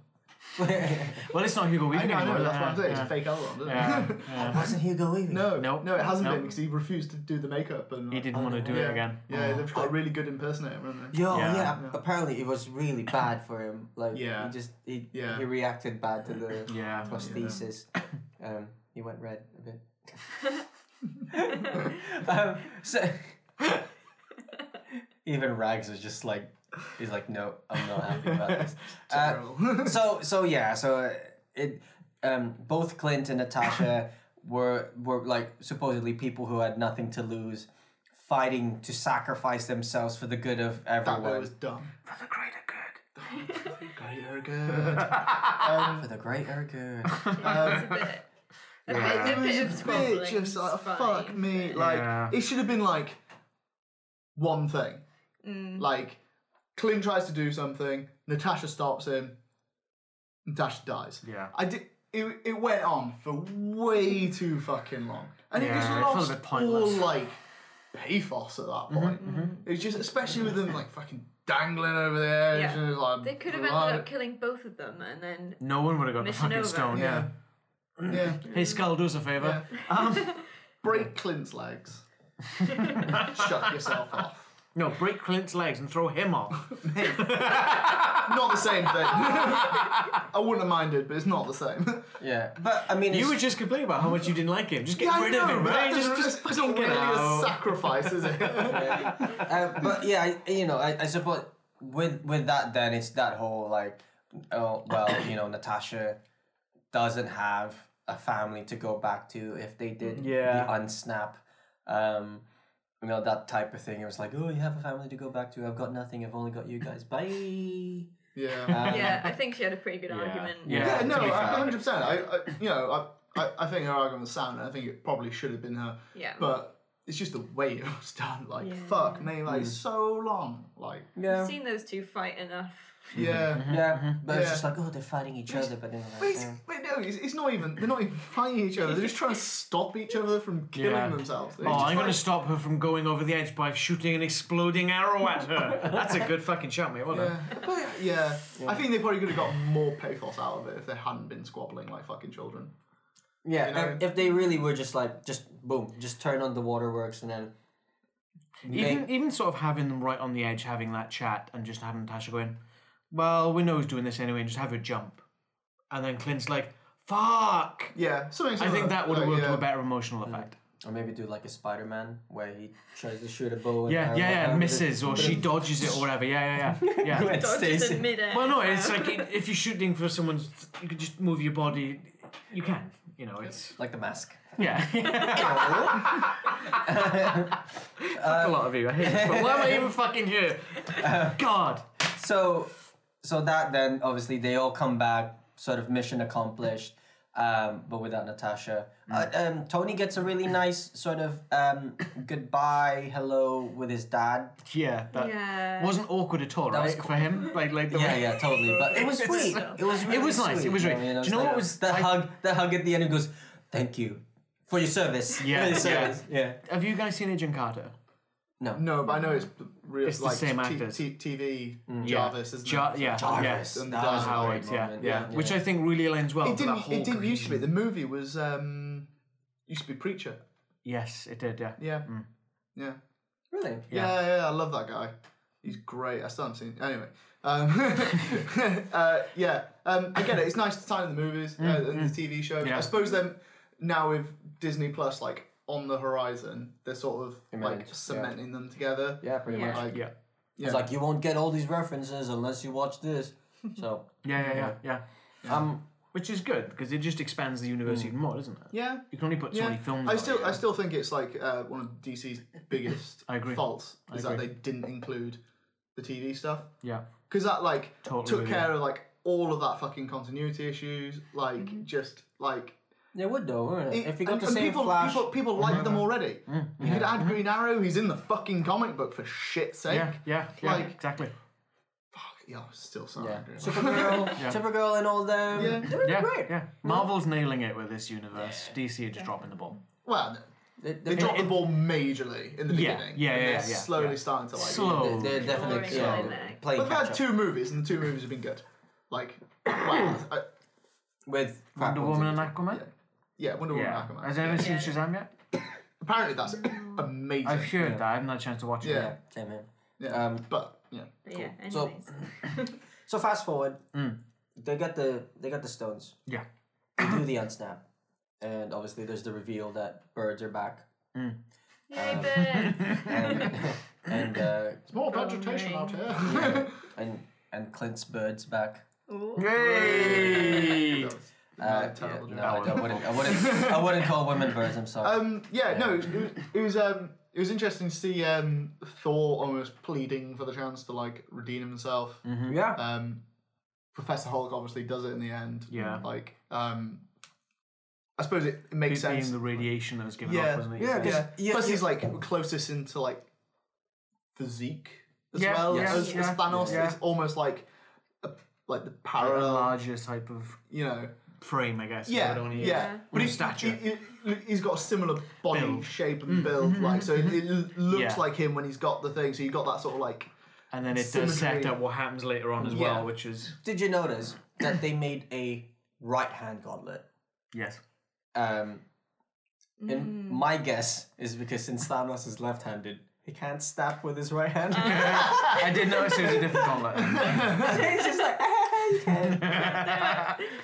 D: Well, it's not Hugo
C: I
D: Weaving
C: know, I know,
D: anymore.
C: that's what I'm saying.
D: yeah,
C: It's fake Elrond. Isn't
D: yeah,
C: it?
D: yeah.
B: wasn't Hugo Weaving?
C: No,
D: Nope.
C: no, it hasn't
D: Nope.
C: been because he refused to do the makeup and uh,
D: He didn't want to do
C: yeah.
D: it again. Oh. Mm.
C: Yeah, they've got a really good impersonator, haven't they?
B: Yo,
D: Yeah.
B: yeah, Apparently, it was really bad for him. Like,
C: Yeah.
B: he just he,
C: Yeah.
B: he reacted bad to the
D: Yeah.
B: prosthesis. Um, he went red a bit. um, so even Rags is just like he's like, no, I'm not happy about this. Uh,
C: Terrible.
B: so so yeah, so uh, it um, both Clint and Natasha were were like supposedly people who had nothing to lose, fighting to sacrifice themselves for the good of
C: that
B: everyone.
C: bit was dumb.
D: For the greater good.
C: Great, very good.
B: for
C: Um,
B: the greater good.
A: Yeah, it's a bit. A bit,
D: Yeah.
A: a bit
C: It
A: of
C: was a
A: squabbling.
C: bit just like,
A: It's fine,
C: fuck me. Like,
D: Yeah.
C: it should have been like one thing.
A: Mm.
C: Like, Clint tries to do something, Natasha stops him, Natasha dies.
D: Yeah.
C: I did. It, it went on for way too fucking long. And it
D: Yeah,
C: just
D: it felt a
C: lost
D: bit
C: all,
D: pointless. Mm-hmm,
C: like, pathos at that point. It was just, especially with them, like, fucking dangling over there.
A: Yeah.
C: Yeah. like,
A: They could have ended up killing both of them, and then
D: No one would have got the
A: Mission
D: fucking
A: over.
D: stone. Yeah.
C: Yeah. Yeah.
D: Hey, Skull, do us a favor. Um,
C: Break Clint's legs. Shut yourself off.
D: no, break Clint's legs and throw him off.
C: Not the same thing. I wouldn't have minded, but it's not the same.
B: Yeah, but I mean,
D: You
B: it's-
D: were just complaining about how much you didn't like him. Just get
C: I
D: rid of
C: know,
D: him,
C: but
D: right?
C: that
D: Just,
C: doesn't-
D: just
C: that's
D: fucking
C: not
D: get
C: really a
D: out.
C: sacrifice, is it?
B: uh, but yeah, I, you know, I, I suppose with with that, then it's that whole like, oh well, you know, Natasha doesn't have a family to go back to if they did
D: Yeah.
B: the unsnap, um, you know, that type of thing. It was like, oh, you have a family to go back to. I've got nothing. I've only got you guys. Bye.
C: yeah.
B: Um,
A: yeah, I think she had a pretty good argument.
D: Yeah.
C: Yeah, no,
D: Uh, to be
C: I-
D: fair.
C: 100%. I, I, you know, I, I, I think her argument was sound, and I think it probably should have been her.
A: Yeah.
C: But it's just the way it was done. Like,
A: Yeah.
C: fuck me, like,
D: Mm.
C: so long. Like,
A: I've
B: Yeah.
A: seen those two fight enough.
D: Mm-hmm.
C: yeah.
B: Yeah, but it's
C: Mm-hmm. Yeah.
B: just like, oh, they're fighting each other, but then
C: But
B: like,
C: it's,
B: yeah.
C: but no, it's, it's not even. They're not even fighting each other. They're just trying to stop each other from killing
D: Yeah.
C: themselves. It's
D: Oh,
C: just
D: I'm going
C: like-
D: to stop her from going over the edge by shooting an exploding arrow at her. That's a good fucking shot, mate. Wasn't
C: Yeah. But, yeah. I think they probably could have got more pathos out of it if they hadn't been squabbling like fucking children.
B: Yeah,
C: You know?
B: if- if they really were just like, just boom, just turn on the waterworks and then
D: it? Even even sort of having them right on the edge, having that chat, and just having Natasha going, "Well, we know who's doing this anyway," and just have her jump, and then Clint's like, Fuck!
C: Yeah, something.
D: I
C: Similar.
D: think that would have
C: Like,
D: worked
C: yeah.
D: with a better emotional effect.
B: Or maybe do like a Spider Man where he tries to shoot a bow. and
D: Yeah,
B: arrow
D: yeah, yeah.
B: and
D: Misses or she dodges it or whatever. Yeah, yeah, yeah. yeah.
B: It stays
A: Dodges in
B: in-
A: midair.
D: Well, no, it's like i- if you're shooting for someone's, you could just move your body. You can, you know, it's
B: like the mask.
D: yeah. Fuck a lot of you. I hate this, but why am I even fucking here? God.
B: so so that then obviously they all come back sort of mission accomplished um, but without natasha
D: Mm.
B: uh, um, tony gets a really nice sort of um, goodbye hello with his dad
D: Yeah, that
A: Yeah.
D: wasn't awkward at all, right?
B: was
D: For him, like, like the
B: yeah yeah totally but it was sweet it was really
D: was nice, it
B: sweet.
D: was really-
B: I mean, I
D: do you know what
B: like-
D: was-
B: the
D: I-
B: hug the hug at the end it goes thank you for your service
D: Yeah,
B: For your
D: yeah.
B: service. yeah
D: Have you guys seen Agent Carter?
C: No, but I know it's the real.
D: It's the
C: like,
D: same
C: t-
D: actors.
C: T- TV Jarvis, isn't
D: Jar-
C: it?
D: yeah,
B: Jarvis,
D: yes.
C: And the
B: that was a
C: Howard,
B: great
D: yeah, yeah,
B: moment.
D: Which I think really lends well.
C: It
D: with that
C: didn't.
D: whole
C: It didn't used to be.
D: cohesion.
C: The movie was um, used to be Preacher.
D: Yes, it did. Yeah.
C: Yeah. Yeah.
B: really
C: Yeah. yeah, I love that guy. He's great. I still haven't seen. Anyway, um, uh, yeah, um, I get it. It's nice to tie in the movies uh, and the TV show.
D: Mm, Yeah.
C: I suppose then now with Disney Plus like on the horizon, they're sort of
B: Immense,
C: like
B: yeah.
C: cementing them together.
B: yeah pretty
A: Yeah.
B: much
C: Like,
D: Yeah.
B: it's like you won't get all these references unless you watch this so
D: Yeah, yeah, yeah, yeah.
B: um
D: Which is good because it just expands the universe even more, doesn't it?
C: Mm. yeah.
D: You can only put so
C: Yeah,
D: many films.
C: I
D: out,
C: still,
D: yeah.
C: I still think it's like uh, one of DC's biggest
D: I agree.
C: faults is that
D: agree.
C: they didn't include the TV stuff
D: yeah.
C: because that like
D: Totally
C: took
D: with you.
C: care of like all of that fucking continuity issues, like just like
B: They would though, wouldn't it?
C: it-
B: If you got
C: and-
B: the
C: and
B: same
C: people,
B: Flash,
C: people, people like them already. You could add Green Arrow; he's in the fucking comic book for shit's sake.
D: Yeah, yeah, yeah,
C: Like-
D: exactly.
C: Fuck, yeah, I'm still so
B: yeah.
C: angry. about that.
B: Supergirl, Supergirl, and all them.
C: Yeah.
B: They were
D: Yeah,
B: great.
D: yeah. Marvel's nailing it with this universe. DC are just dropping the ball.
C: well, no,
B: They,
C: they
B: they, they,
C: dropped the ball majorly in the
D: Yeah,
C: beginning.
D: yeah,
C: and
D: yeah,
C: they're
D: yeah,
C: Slowly
D: yeah.
C: starting to like.
D: Slow.
B: they're definitely
A: Boring
B: yeah,
A: line there.
B: playing
C: But they've had
B: catch up
C: two movies, and the two movies have been good. Like, wow. I,
B: with crap
D: Wonder
B: ones
D: Woman
B: in
D: and
B: between.
D: Aquaman.
C: yeah, Wonder Woman
D: Yeah.
C: and Aquaman.
D: Has anyone seen
A: Yeah.
D: Shazam yet?
C: Apparently, that's amazing.
D: I've heard that. I haven't had a chance to watch it.
C: Yeah.
D: yet.
B: Same here.
C: Yeah.
B: Um,
C: but yeah,
A: yeah,
B: So-
A: anyways.
B: So fast forward, they got the they got the stones.
D: Yeah.
B: They do the unsnap, and obviously there's the reveal that birds are back,
A: Yay, Ben.
B: and and uh,
C: it's more vegetation out here.
B: and and Clint's birds back.
A: Ooh.
D: Yay!
C: That was a terrible
B: Uh, yeah,
C: joke.
B: no, I, don't,
D: That
B: wouldn't, I wouldn't. I wouldn't call women birds. I'm sorry.
C: Um, yeah, no, it was, it was um, it was interesting to see um, Thor almost pleading for the chance to like redeem himself.
D: Mm.
B: yeah.
C: Um, Professor Hulk obviously does it in the end.
D: Yeah.
C: like um, I suppose it, it makes
D: It being
C: sense.
D: the radiation that was given
C: Yeah.
D: off, wasn't it?
B: Yeah,
C: yeah.
B: yeah,
C: plus
B: yeah.
C: he's like closest into like physique as
D: Yeah,
C: well
D: yeah,
C: as, as
D: yeah,
C: Thanos.
D: yeah.
C: It's almost like a, like the
D: A
C: parallel,
D: larger type of
C: you know.
D: frame, I guess. is
C: Yeah,
D: what I wanna
C: yeah.
D: use.
C: But
D: Mm.
C: he,
D: Stature.
C: He, he, has got a similar body
D: Build. Mm, mm-hmm,
C: shape and build, like so. It, it l- looks
D: Yeah.
C: like him when he's got the thing. So you got that sort of like.
D: And then it does set
C: Symmetry.
D: up what happens later on as
C: Yeah.
D: well, which is
B: Did you notice that they made a right hand gauntlet?
D: yes.
B: Um, And my guess is because since Thanos is left handed, he can't stab with his right hand.
D: Uh. I did notice it was a different gauntlet.
B: He's just like, "Ah, you can't."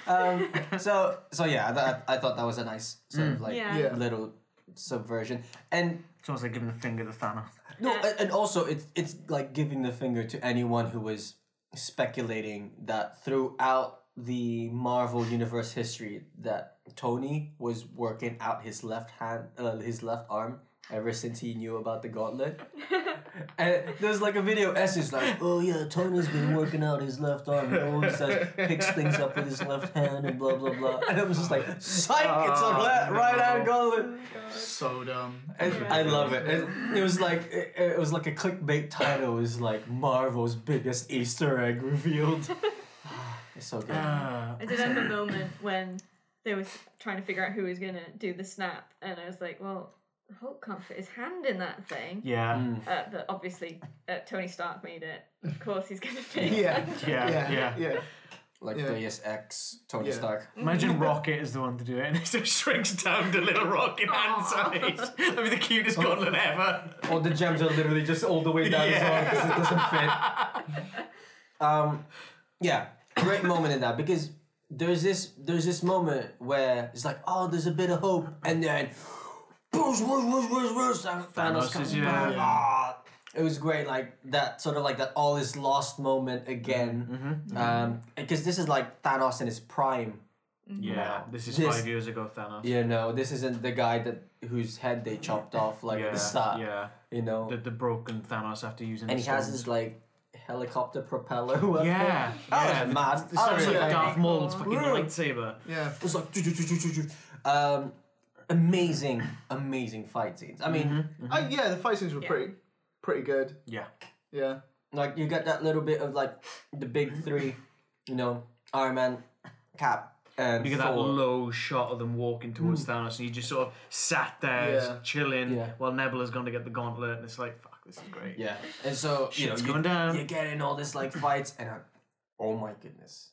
B: um, so, so yeah, I, th- I thought that was a nice sort of like
A: Yeah.
C: Yeah.
B: little subversion. And
D: It's almost like giving the finger to Thanos.
B: no,
A: Uh,
B: a- and also it's it's like giving the finger to anyone who was speculating that throughout the Marvel universe history that Tony was working out his left hand, uh, his left arm ever since he knew about the gauntlet. and there's like a video essay like, oh yeah, Tony's been working out his left arm. He always does, picks things up with his left hand and blah blah blah. And it was just like, psych, it's a
D: Oh,
B: le- right hand
D: no.
A: Oh
B: gauntlet.
C: So dumb.
B: And I love it. it. It was like it, it was like a clickbait title. It was like Marvel's biggest Easter egg revealed. Ah, it's so good.
C: Ah.
D: Uh,
A: I did have a moment when they was trying to figure out who was gonna do the snap, and I was like, well, Hulk can't fit his hand in that thing.
D: yeah.
C: Mm.
A: Uh, but obviously, uh, Tony Stark made it. Of course, he's gonna fit. his
C: Yeah.
A: hand.
D: Yeah. Yeah.
C: Yeah. Yeah. Yeah.
B: Like
C: Yeah.
B: Deus Ex, Tony
C: Yeah.
B: Stark.
D: Imagine Rocket is the one to do it, and it just shrinks down to little rocket hand size. That'd be the cutest gauntlet ever.
B: All the gems are literally just all the way down
D: Yeah.
B: his arm because it doesn't fit. Um, yeah, great moment in that because there's this there's this moment where it's like, oh, there's a bit of hope, and then, whoosh, whoosh, whoosh, whoosh, whoosh, and Thanos
D: Thanos
B: comes
D: is- yeah,
B: back.
D: yeah.
B: Ah, it was great, like that sort of like that all is lost moment
D: Mm-hmm,
B: again, um, because this is like Thanos in his prime.
C: Mm.
D: Yeah, this is
B: This-
D: five years ago, Thanos.
B: You know, this isn't the guy that whose head they chopped off like at
D: yeah,
B: the start.
D: yeah.
B: You know,
D: The, the broken Thanos after using.
B: and
D: the
B: he has
D: stones.
B: this like helicopter propeller. weapon.
D: Yeah,
B: That
D: yeah.
B: was mad.
D: It
B: I
D: sounds
B: really
D: like
C: yeah.
D: Darth Maul's fucking
B: Really?
D: lightsaber.
C: Yeah.
B: It was like "Ju- ju- ju- ju- ju- ju." um, amazing, amazing fight scenes. I mean,
D: Mm-hmm.
C: Uh, yeah, the fight scenes were pretty, pretty good.
D: Yeah.
C: Yeah.
B: like you get that little bit of like the big three, you know, Iron Man, Cap, and
D: You get that
B: Thor.
D: low shot of Hmm. them walking towards Thanos, and you just sort of sat there
C: Yeah.
D: chilling
B: Yeah.
D: while Nebula's gone to get the gauntlet, and it's like, fuck, this is great.
B: yeah, and so you know
D: Shit's
B: you,
D: going down.
B: you're getting all this like fights, and i oh my goodness,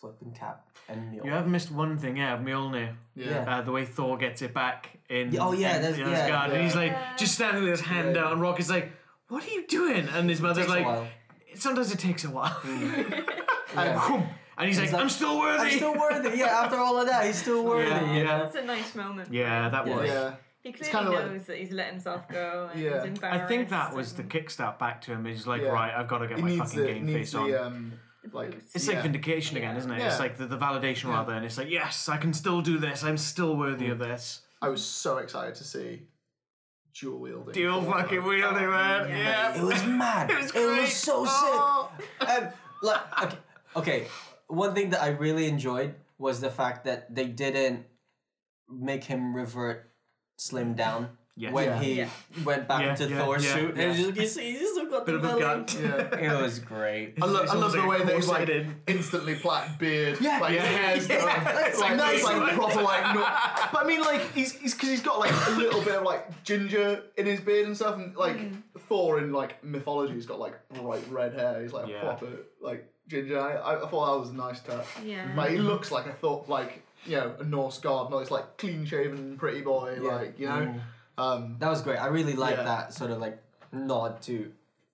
B: flipping Cap and Neil.
D: You have missed one thing, yeah, Mjolnir.
B: Yeah.
D: Uh, the way Thor gets it back in,
B: Yeah, oh, yeah,
D: in,
B: that's-
D: in
B: yeah,
D: Asgard, and he's
B: yeah.
D: like just standing with his hand out, and Rock is like, "What are you doing?" And his mother's
B: Takes a
D: like,
B: while.
D: "Sometimes it takes a while."
B: Yeah.
D: and he's like,
B: like,
D: "I'm still worthy."
B: He's still worthy. Yeah, after all of that, he's still worthy.
D: yeah,
B: you know?
D: yeah,
A: That's a nice moment.
D: yeah, that
B: Yeah.
D: was.
C: Yeah.
A: He
C: kinda
A: clearly
C: like-
A: knows that he's let himself go and
C: Yeah.
A: he's
C: I think
A: embarrassed.
D: I think that was the
A: and-
D: kickstart back to him. He's like,
C: Yeah.
D: right, I've got to get
C: It
D: my
C: needs
D: fucking
C: the, it
D: game
C: needs
D: face on.
C: the um, like
D: it's
C: yeah.
D: like vindication again, isn't it? It's
C: Yeah.
D: like the, the validation rather, and it's like, yes, I can still do this. I'm still worthy of this.
C: I was so excited to see dual wielding.
D: Dual
C: Thor,
D: fucking
C: like,
D: wieldy man.
A: yeah.
D: Yeah.
B: It was mad. it was,
D: great.
B: so
D: Oh.
B: sick. Um, like, okay, okay, one thing that I really enjoyed was the fact that they didn't make him revert slim down
D: Yes.
B: when
C: Yeah.
B: he
A: Yeah.
B: went back
D: Yeah,
B: into
D: yeah,
B: Thor's
D: yeah,
B: suit.
D: yeah.
B: And he's just, he's- he's still got
D: Bit
B: the
D: of a
B: belly.
D: gut.
C: Yeah.
B: It was great.
C: I, lo- I love the way that he's like
D: corseted.
C: instantly plait beard.
B: Yeah.
C: like
B: Yeah.
C: his hair's
B: Yeah.
C: done.
B: That's
C: Like, now he's like
D: amazing.
C: proper like. No- but I mean, like he's he's because he's got like a little bit of like ginger in his beard and stuff, and like Thor in like mythology, he's got like bright red hair. He's like
D: Yeah.
C: a proper like ginger. I, I thought that was a nice touch.
A: Yeah.
C: Like he looks like a thought like you know a Norse god, not this like clean shaven pretty boy. Like you know. Um,
B: That was great. I really liked
C: Yeah.
B: that sort of like nod to.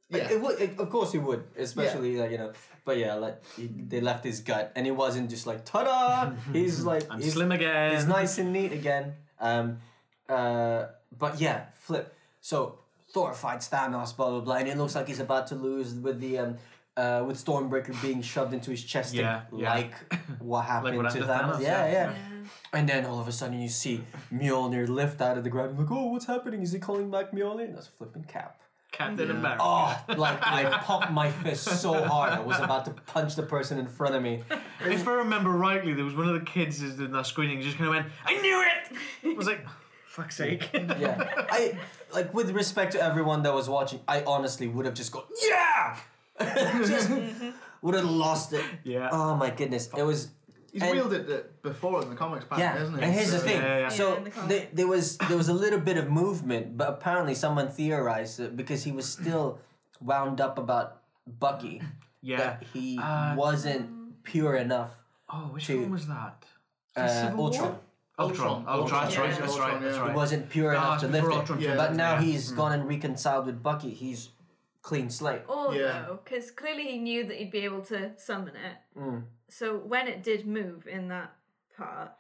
C: Yeah.
B: It would, it, of course, he would, especially like you know. But yeah, like he, they left his gut, and it wasn't just like ta-da. He's like
D: I'm
B: he's,
D: slim again.
B: It's nice and neat again. Um, uh, but yeah, flip. So Thor fights Thanos, blah blah blah, and it looks like he's about to lose with the um, uh, with Stormbreaker being shoved into his chest,
D: Yeah,
B: and
D: yeah.
B: like what happened
D: what
B: to
D: happened to
B: Thanos.
D: Thanos,
B: Yeah, yeah,
D: yeah,
B: And then all of a sudden you see Mjolnir lift out of the ground. like, oh, what's happening? Is he calling back Mjolnir? That's flipping cap.
D: Captain America.
B: Oh, like I popped my fist so hard I was about to punch the person in front of me.
D: If I remember rightly, there was one of the kids who's in that screening who just kind of went, I knew it! I was like, fuck's sake.
B: Yeah, I like with respect to everyone that was watching. I honestly would have just gone, yeah, just
A: Mm-hmm.
B: would have lost it.
D: Yeah.
B: Oh my goodness, it was.
C: he's
B: and-
C: wielded it before in the comics, apparently,
B: Yeah,
C: hasn't he?
B: and here's the
C: So-
B: thing.
D: Yeah, yeah.
A: Yeah,
B: So
A: in the comic.
B: there, there was there was a little bit of movement, but apparently someone theorized that because he was still wound up about Bucky,
D: yeah.
B: that he
D: Uh,
B: wasn't pure enough.
D: Oh, which
B: Two.
D: one was that?
B: Uh,
D: Civil War?
B: Ultron.
D: Ultron. Ultron. That's
A: Ultron,
D: right.
A: yeah.
D: That's right. That's
C: Ultron, yeah.
D: right.
B: wasn't pure
D: Ah,
B: enough
D: it's
B: to
D: before
B: lift it.
D: Ultron
C: Yeah.
B: But now
D: yeah.
B: he's gone and reconciled with Bucky. He's clean slate.
A: Or
C: Yeah.
A: though, because clearly he knew that he'd be able to summon it.
D: Mm.
A: So when it did move in that part,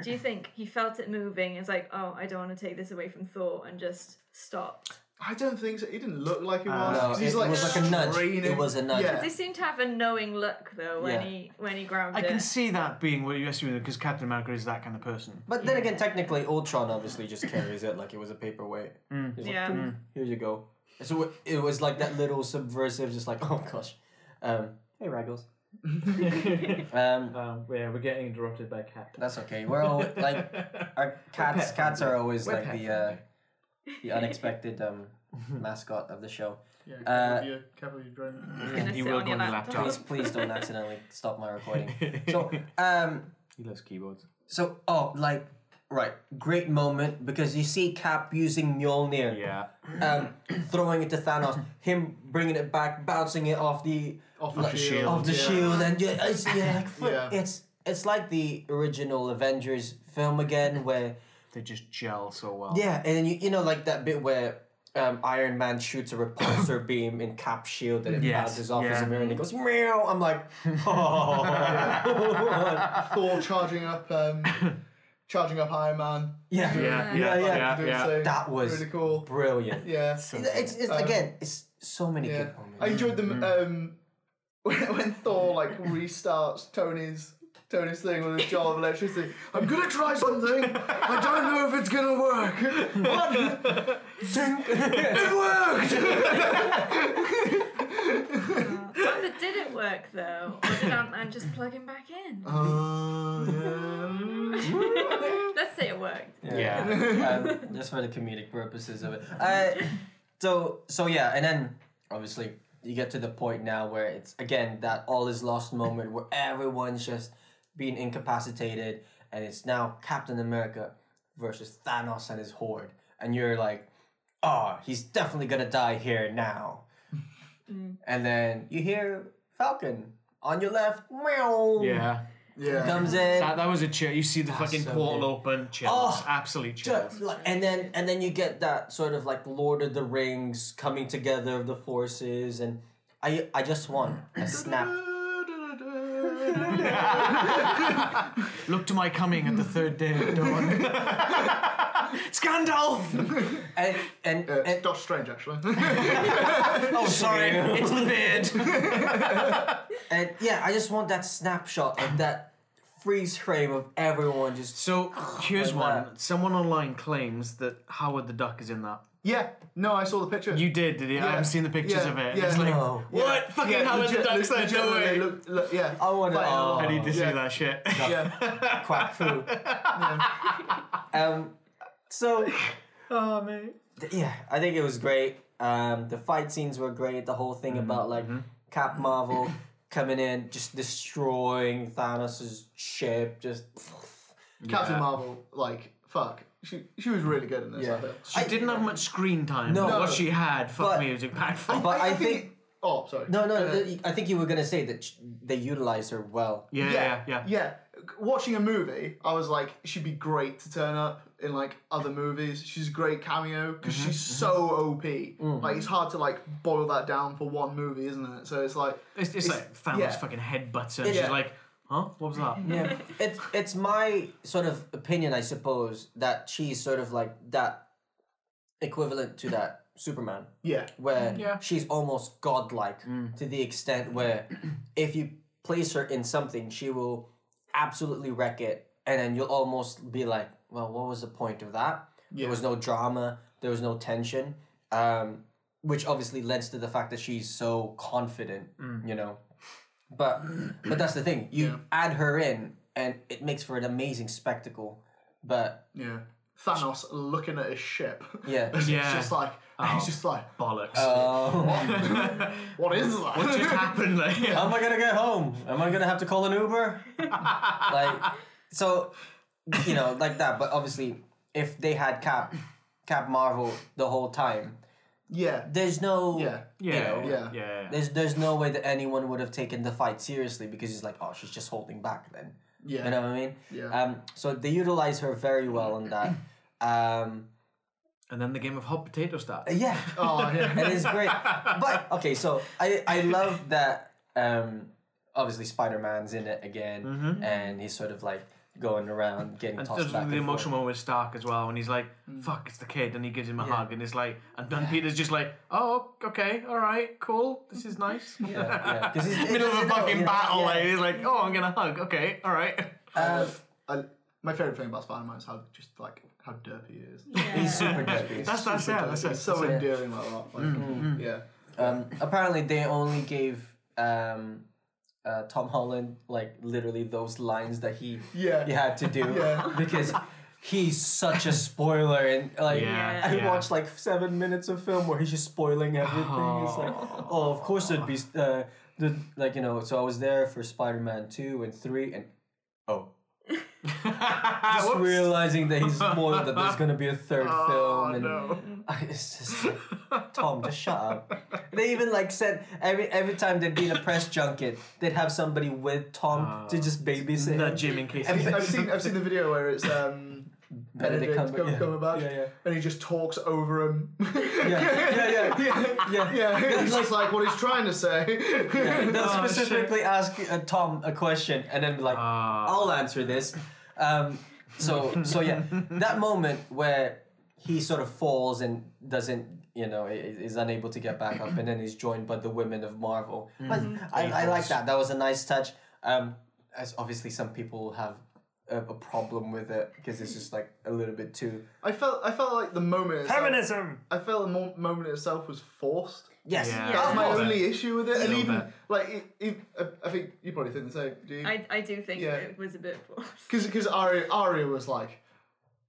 A: do you think he felt it moving? and was like, oh, I don't want to take this away from Thor, and just stopped.
C: I don't think so. He didn't look like he was.
B: Uh, no,
C: 'cause he's
B: it
C: like
B: was like a nudge.
C: straining.
B: It was a nudge.
C: Yeah.
A: They seem to have a knowing look though when
B: Yeah.
A: he when he grabbed
D: I
A: it.
D: can see that being what you're assuming because Captain America is that kind of person.
B: But then again, technically, Ultron obviously just carries it like it was a paperweight. He's like,
A: Yeah.
B: "Poof, here you go. So it- it was like that little subversive, just like, oh gosh. Um, hey, Raggles. um,
D: Um, yeah, we're getting interrupted by Captain.
B: that's okay. We're all like, our cats. Cats are always like the uh, the unexpected um, mascot of the show.
C: Yeah,
B: Uh,
C: cover your, cover your drone.
A: Gonna
D: You
A: sit
D: will
A: on
D: go
A: your
D: on your
A: laptop.
D: laptop.
B: Please, please don't accidentally stop my recording. So, um,
D: He loves keyboards.
B: so oh, like, right, great moment because you see Cap using Mjolnir.
D: Yeah.
B: um, throwing it to Thanos, him bringing it back, bouncing it off the
C: Off the
B: like,
C: shield.
B: off the
C: Yeah.
B: shield, and yeah, it's yeah, like, fuck,
C: Yeah.
B: it's it's like the original Avengers film again, where
D: They just gel so well.
B: yeah, and then you you know like that bit where um, Iron Man shoots a repulsor beam in Cap shield and it
E: Yes,
B: bounces off his
E: yeah.
B: mirror and he goes meow. I'm like, oh.
C: Thor charging up, um, charging up Iron Man.
B: yeah,
D: Yeah,
A: Yeah,
D: yeah,
B: yeah.
D: yeah,
C: Doing
D: yeah.
C: something
B: That was
C: really cool.
B: brilliant.
C: Yeah,
B: It's, it's
C: Um,
B: again, it's so many
C: yeah.
B: good
C: I
B: moments.
C: enjoyed them um, when, when Thor like restarts Tony's. Tony's thing with a jar of electricity. I'm gonna try something. I don't know if it's gonna work.
A: Wonder, did it work though? Or did Ant Man just plug him back in?
C: Uh, yeah.
A: Let's say it worked.
D: Yeah.
B: um, just for the comedic purposes of it. Uh, so so yeah, and then obviously you get to the point now where it's again that all is lost moment where everyone's just being incapacitated, and it's now Captain America versus Thanos and his horde, and you're like, oh, he's definitely gonna die here now, and then you hear Falcon on your left, meow,
D: Yeah.
C: yeah.
B: comes in,
D: That, that was a chill. You see the fucking
B: so
D: portal
B: good.
D: open, chills,
B: Oh,
D: absolute chills.
B: Ju- like- and then and then you get that sort of like Lord of the Rings coming together of the forces and I I just want a snap.
D: Look to my coming at the third day of dawn. Oh, Scandalf!
B: And and,
C: Uh, it's
B: and
C: Doctor Strange actually.
B: oh
D: Sorry, it's the beard.
B: and yeah, I just want that snapshot of that freeze frame of everyone just
D: So here's
B: Like
D: one.
B: that.
D: Someone online claims that Howard the Duck is in that.
C: yeah. No, I saw the picture.
D: You did, did you? I
C: Yeah,
D: haven't seen the pictures
C: yeah,
D: of it.
C: yeah.
D: it's like,
B: No.
D: what? Fucking Howard the Duck's there, no
C: legitimately
D: way.
C: Look, look, yeah.
B: I want it
C: Fighting
B: all.
C: along.
D: I need to see
C: Yeah.
D: that shit.
C: Yeah.
B: quack foo. um, so
D: oh, man.
B: th- yeah, I think it was great. Um, the fight scenes were great. The whole thing about like Cap Marvel coming in, just destroying Thanos' ship, just
C: Captain
D: Yeah.
C: Marvel, like fuck. She she was really good in this.
B: Yeah.
C: I think.
D: She didn't have much screen time,
B: No.
D: but what she had, fuck
B: But-
D: me, it was impactful.
B: but I think-
C: it- oh, sorry.
B: no, no.
C: Uh,
B: th- I think you were gonna say that sh- they utilized her well.
D: yeah, yeah, yeah.
C: yeah. Watching a movie, I was like, she'd be great to turn up in like other movies. She's a great cameo because
D: Mm-hmm,
C: she's so OP. Like it's hard to like boil that down for one movie, isn't it? So it's like
D: It's, it's, like Thanos
C: yeah.
D: fucking headbutts her, and
B: Yeah.
D: she's like, huh? What was that?
B: Yeah, it's it's my sort of opinion, I suppose, that she's sort of like that equivalent to that Superman.
C: yeah,
B: where
D: Yeah.
B: she's almost godlike to the extent where if you place her in something, she will absolutely wreck it, and then you'll almost be like, well, what was the point of that? There was no drama, there was no tension, um, which obviously lends to the fact that she's so confident, you know. But but that's the thing. You add her in, and it makes for an amazing spectacle. But
C: yeah. Thanos looking at his ship.
B: yeah,
C: It's
D: Yeah. Oh.
C: just like and he's just like,
D: Bollocks.
B: Oh.
C: what is that?
D: what just happened? Like,
B: How am I gonna get home? Am I gonna have to call an Uber? like, so, you know, like that. But obviously, if they had Cap, Cap Marvel the whole time,
C: yeah,
B: there's no,
C: yeah,
D: yeah,
B: you know,
D: yeah,
C: yeah.
D: yeah.
B: there's there's no way that anyone would have taken the fight seriously because it's like, oh, she's just holding back then.
C: yeah.
B: You know what I mean?
C: Yeah.
B: Um, so they utilize her very well on that. Um,
D: And then the game of hot potato starts.
B: yeah.
C: oh yeah.
B: it is great. But okay, so I I love that. Um, obviously Spider Man's in it again, and he's sort of like going around getting
D: Mm-hmm. And
B: tossed
D: there's the
B: back. and forth.
D: emotional moment with Stark as well, when he's like,
A: Hmm.
D: "Fuck, it's the kid," and he gives him a hug, and it's like, and Ben Peter's just like, "Oh, okay, all right, cool, this is nice."
B: Yeah, yeah. 'Cause he's-
D: Middle of
B: you
D: a
B: know,
D: fucking
B: you know,
D: battle,
B: yeah.
D: like, he's like, "Oh, I'm gonna hug, okay, all right."
B: Uh,
C: I, my favorite thing about Spider-Man is how just like how derpy he is.
B: he's super derpy.
D: That's that's it. That's
C: It's
D: it. Mm-hmm.
C: so endearing like that. Like, Yeah.
B: Um, apparently, they only gave um, uh, Tom Holland like literally those lines that he
C: Yeah.
B: he had to do
C: Yeah.
B: because he's such a spoiler and like
D: Yeah,
B: I
D: yeah.
B: watched like seven minutes of film where he's just spoiling everything. It's like, oh, of course it'd be uh, the like you know. So I was there for Spider Man two and three and oh. Just
D: Ah, Whoops. Oh,
B: realizing that he's spoiled that there's gonna be a third film and
D: no.
B: it's just like, Tom, just shut up. They even like said every every time there'd be in a press junket, they'd have
D: Oh.
B: somebody with Tom to just babysit. him.
D: Nudge him in case.
B: And-
D: he's-
C: I've seen I've seen the video where it's um
B: Benedict
C: Benedict
B: Cumber- yeah.
C: Cumberbatch,
B: Yeah, yeah.
C: and he just talks over him.
B: Yeah, yeah, yeah. yeah.
C: yeah. He's just like what he's trying to say.
B: They'll
D: Oh,
B: specifically ask uh, Tom a question and then be like,
D: Ah.
B: I'll answer this. Um, so, so yeah, that moment where he sort of falls and doesn't, you know, i- i- is unable to get back up, and then he's joined by the women of Marvel. But I, I like that. That was a nice touch. Um, as obviously some people have a, a problem with it because it's just like a little bit too.
C: I felt I felt like the moment. itself-
D: Feminism.
C: I felt the mo- moment itself was forced.
B: Yes.
D: Yeah.
A: Yeah.
C: That's my
D: Little
C: only issue with it, and
D: Little
C: even
D: bit.
C: like it, it, I- I think you probably think the same. Do you?
A: I, I do think
C: Yeah.
A: it was a bit forced.
C: Because because Arya Arya was like,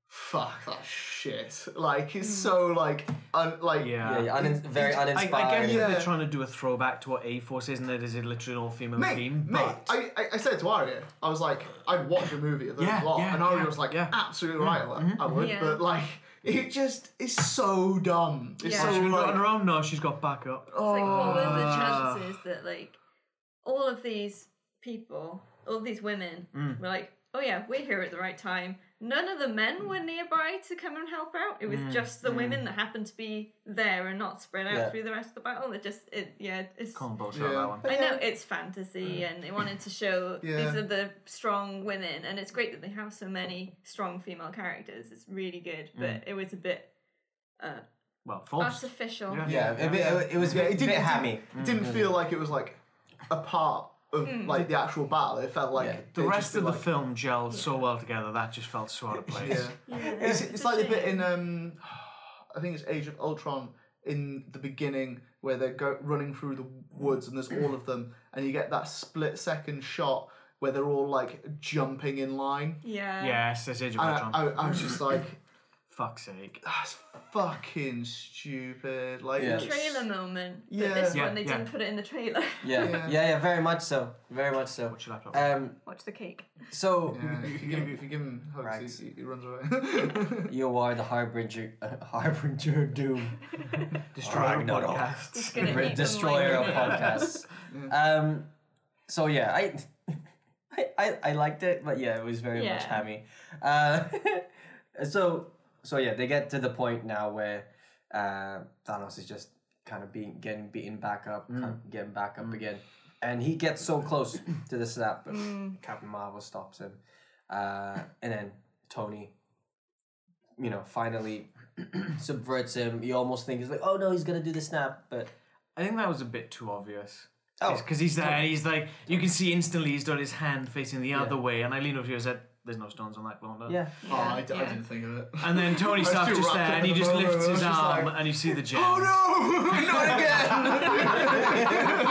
C: "Fuck that shit!" Like it's so like un like
D: Yeah.
B: Yeah, yeah, unin- very
D: I, I
B: uninspired.
D: get
C: Yeah.
D: that they're trying to do a throwback to what A Force is, and that is a literally an all female
C: Mate,
D: team.
C: mate,
D: but
C: I, I, I said to Arya, I was like, I'd watch a movie of those
D: Yeah,
C: lot,
D: yeah,
C: and Arya
D: yeah,
C: was like,
D: yeah.
C: absolutely right, I- I would,
A: Yeah.
C: but like, it just is so dumb. It's
A: Yeah.
C: so
A: Has
D: she got on
C: like,
D: her own. No, she's got backup.
A: It's like, what were the
D: Ah.
A: chances that like all of these people, all of these women,
B: Mm.
A: were like, "Oh yeah, we're here at the right time." None of the men
B: Mm.
A: were nearby to come and help out. It was just the women that happened to be there and not spread out
B: Yeah.
A: through the rest of the battle. It just, it yeah, it's.
D: Can't bullshit
C: Yeah.
D: that one.
A: I know it's fantasy, and they wanted to show
C: Yeah.
A: these are the strong women, and it's great that they have so many strong female characters. It's really good, but it was a bit uh,
D: Well, forced.
A: artificial.
D: Oh. Yeah.
B: yeah, a bit- it, was
C: yeah,
B: a bit, bit
C: didn't- didn't-
B: hammy.
C: It didn't feel like it was like a part of like the actual battle. It felt like
B: Yeah.
D: The
C: they
D: rest
C: just
D: of
C: did,
D: the
C: like-
D: film gelled so well together that just felt so out of place.
C: Yeah. It's, it's,
A: It's a
C: like the bit
A: shame.
C: in um, I think it's Age of Ultron in the beginning where they're go- running through the woods and there's all of them, and you get that split second shot where they're all like jumping in line.
A: Yeah.
D: Yes, this Age of
C: And
D: Ultron.
C: I, I, I was just like,
D: Fuck's sake.
C: that's fucking stupid. Like,
B: Yeah.
C: it's-
A: Trailer moment.
C: Yeah.
A: But this
D: Yeah,
A: one they
D: yeah.
A: didn't put it in the trailer.
B: Yeah.
C: Yeah.
B: yeah, yeah, very much so, very much so.
D: Watch your laptop.
B: Um,
A: Watch the cake.
B: so
C: Yeah, if you give if you give him hugs,
B: Rags.
C: he, he runs away.
B: you are the harbinger, uh, harbinger of doom,
D: Destroy
B: Alright,
D: our
B: no, no.
A: It's
D: podcasts.
A: gonna eat them
B: destroyer
A: like
B: of
A: that.
B: podcasts. Um, so yeah, I, I, I, I liked it, but yeah, it was very much
A: Yeah.
B: hammy. Uh, so so yeah, they get to the point now where uh, Thanos is just kind of being getting beaten back up, kind of getting back up again, and he gets so close to the snap, but
A: Mm.
B: Captain Marvel stops him, uh, and then Tony, you know, finally subverts him. You almost think he's like, oh no, he's gonna do the snap, but
D: I think that was a bit too obvious.
B: Oh.
D: Because he's there and he's like, you can see instantly he's got his hand facing the other way. And I leaned over to you and said, There's no stones on that corner.
B: yeah,
C: oh, I, d- I didn't think of it.
D: And then Tony
C: was
D: Stark's
C: too
D: just
C: wrapped
D: there
C: up
D: and
C: in the
D: he just
C: moment,
D: lifts
C: I
D: his
C: was just
D: arm
C: like,
D: and you see the gems.
C: Oh no, not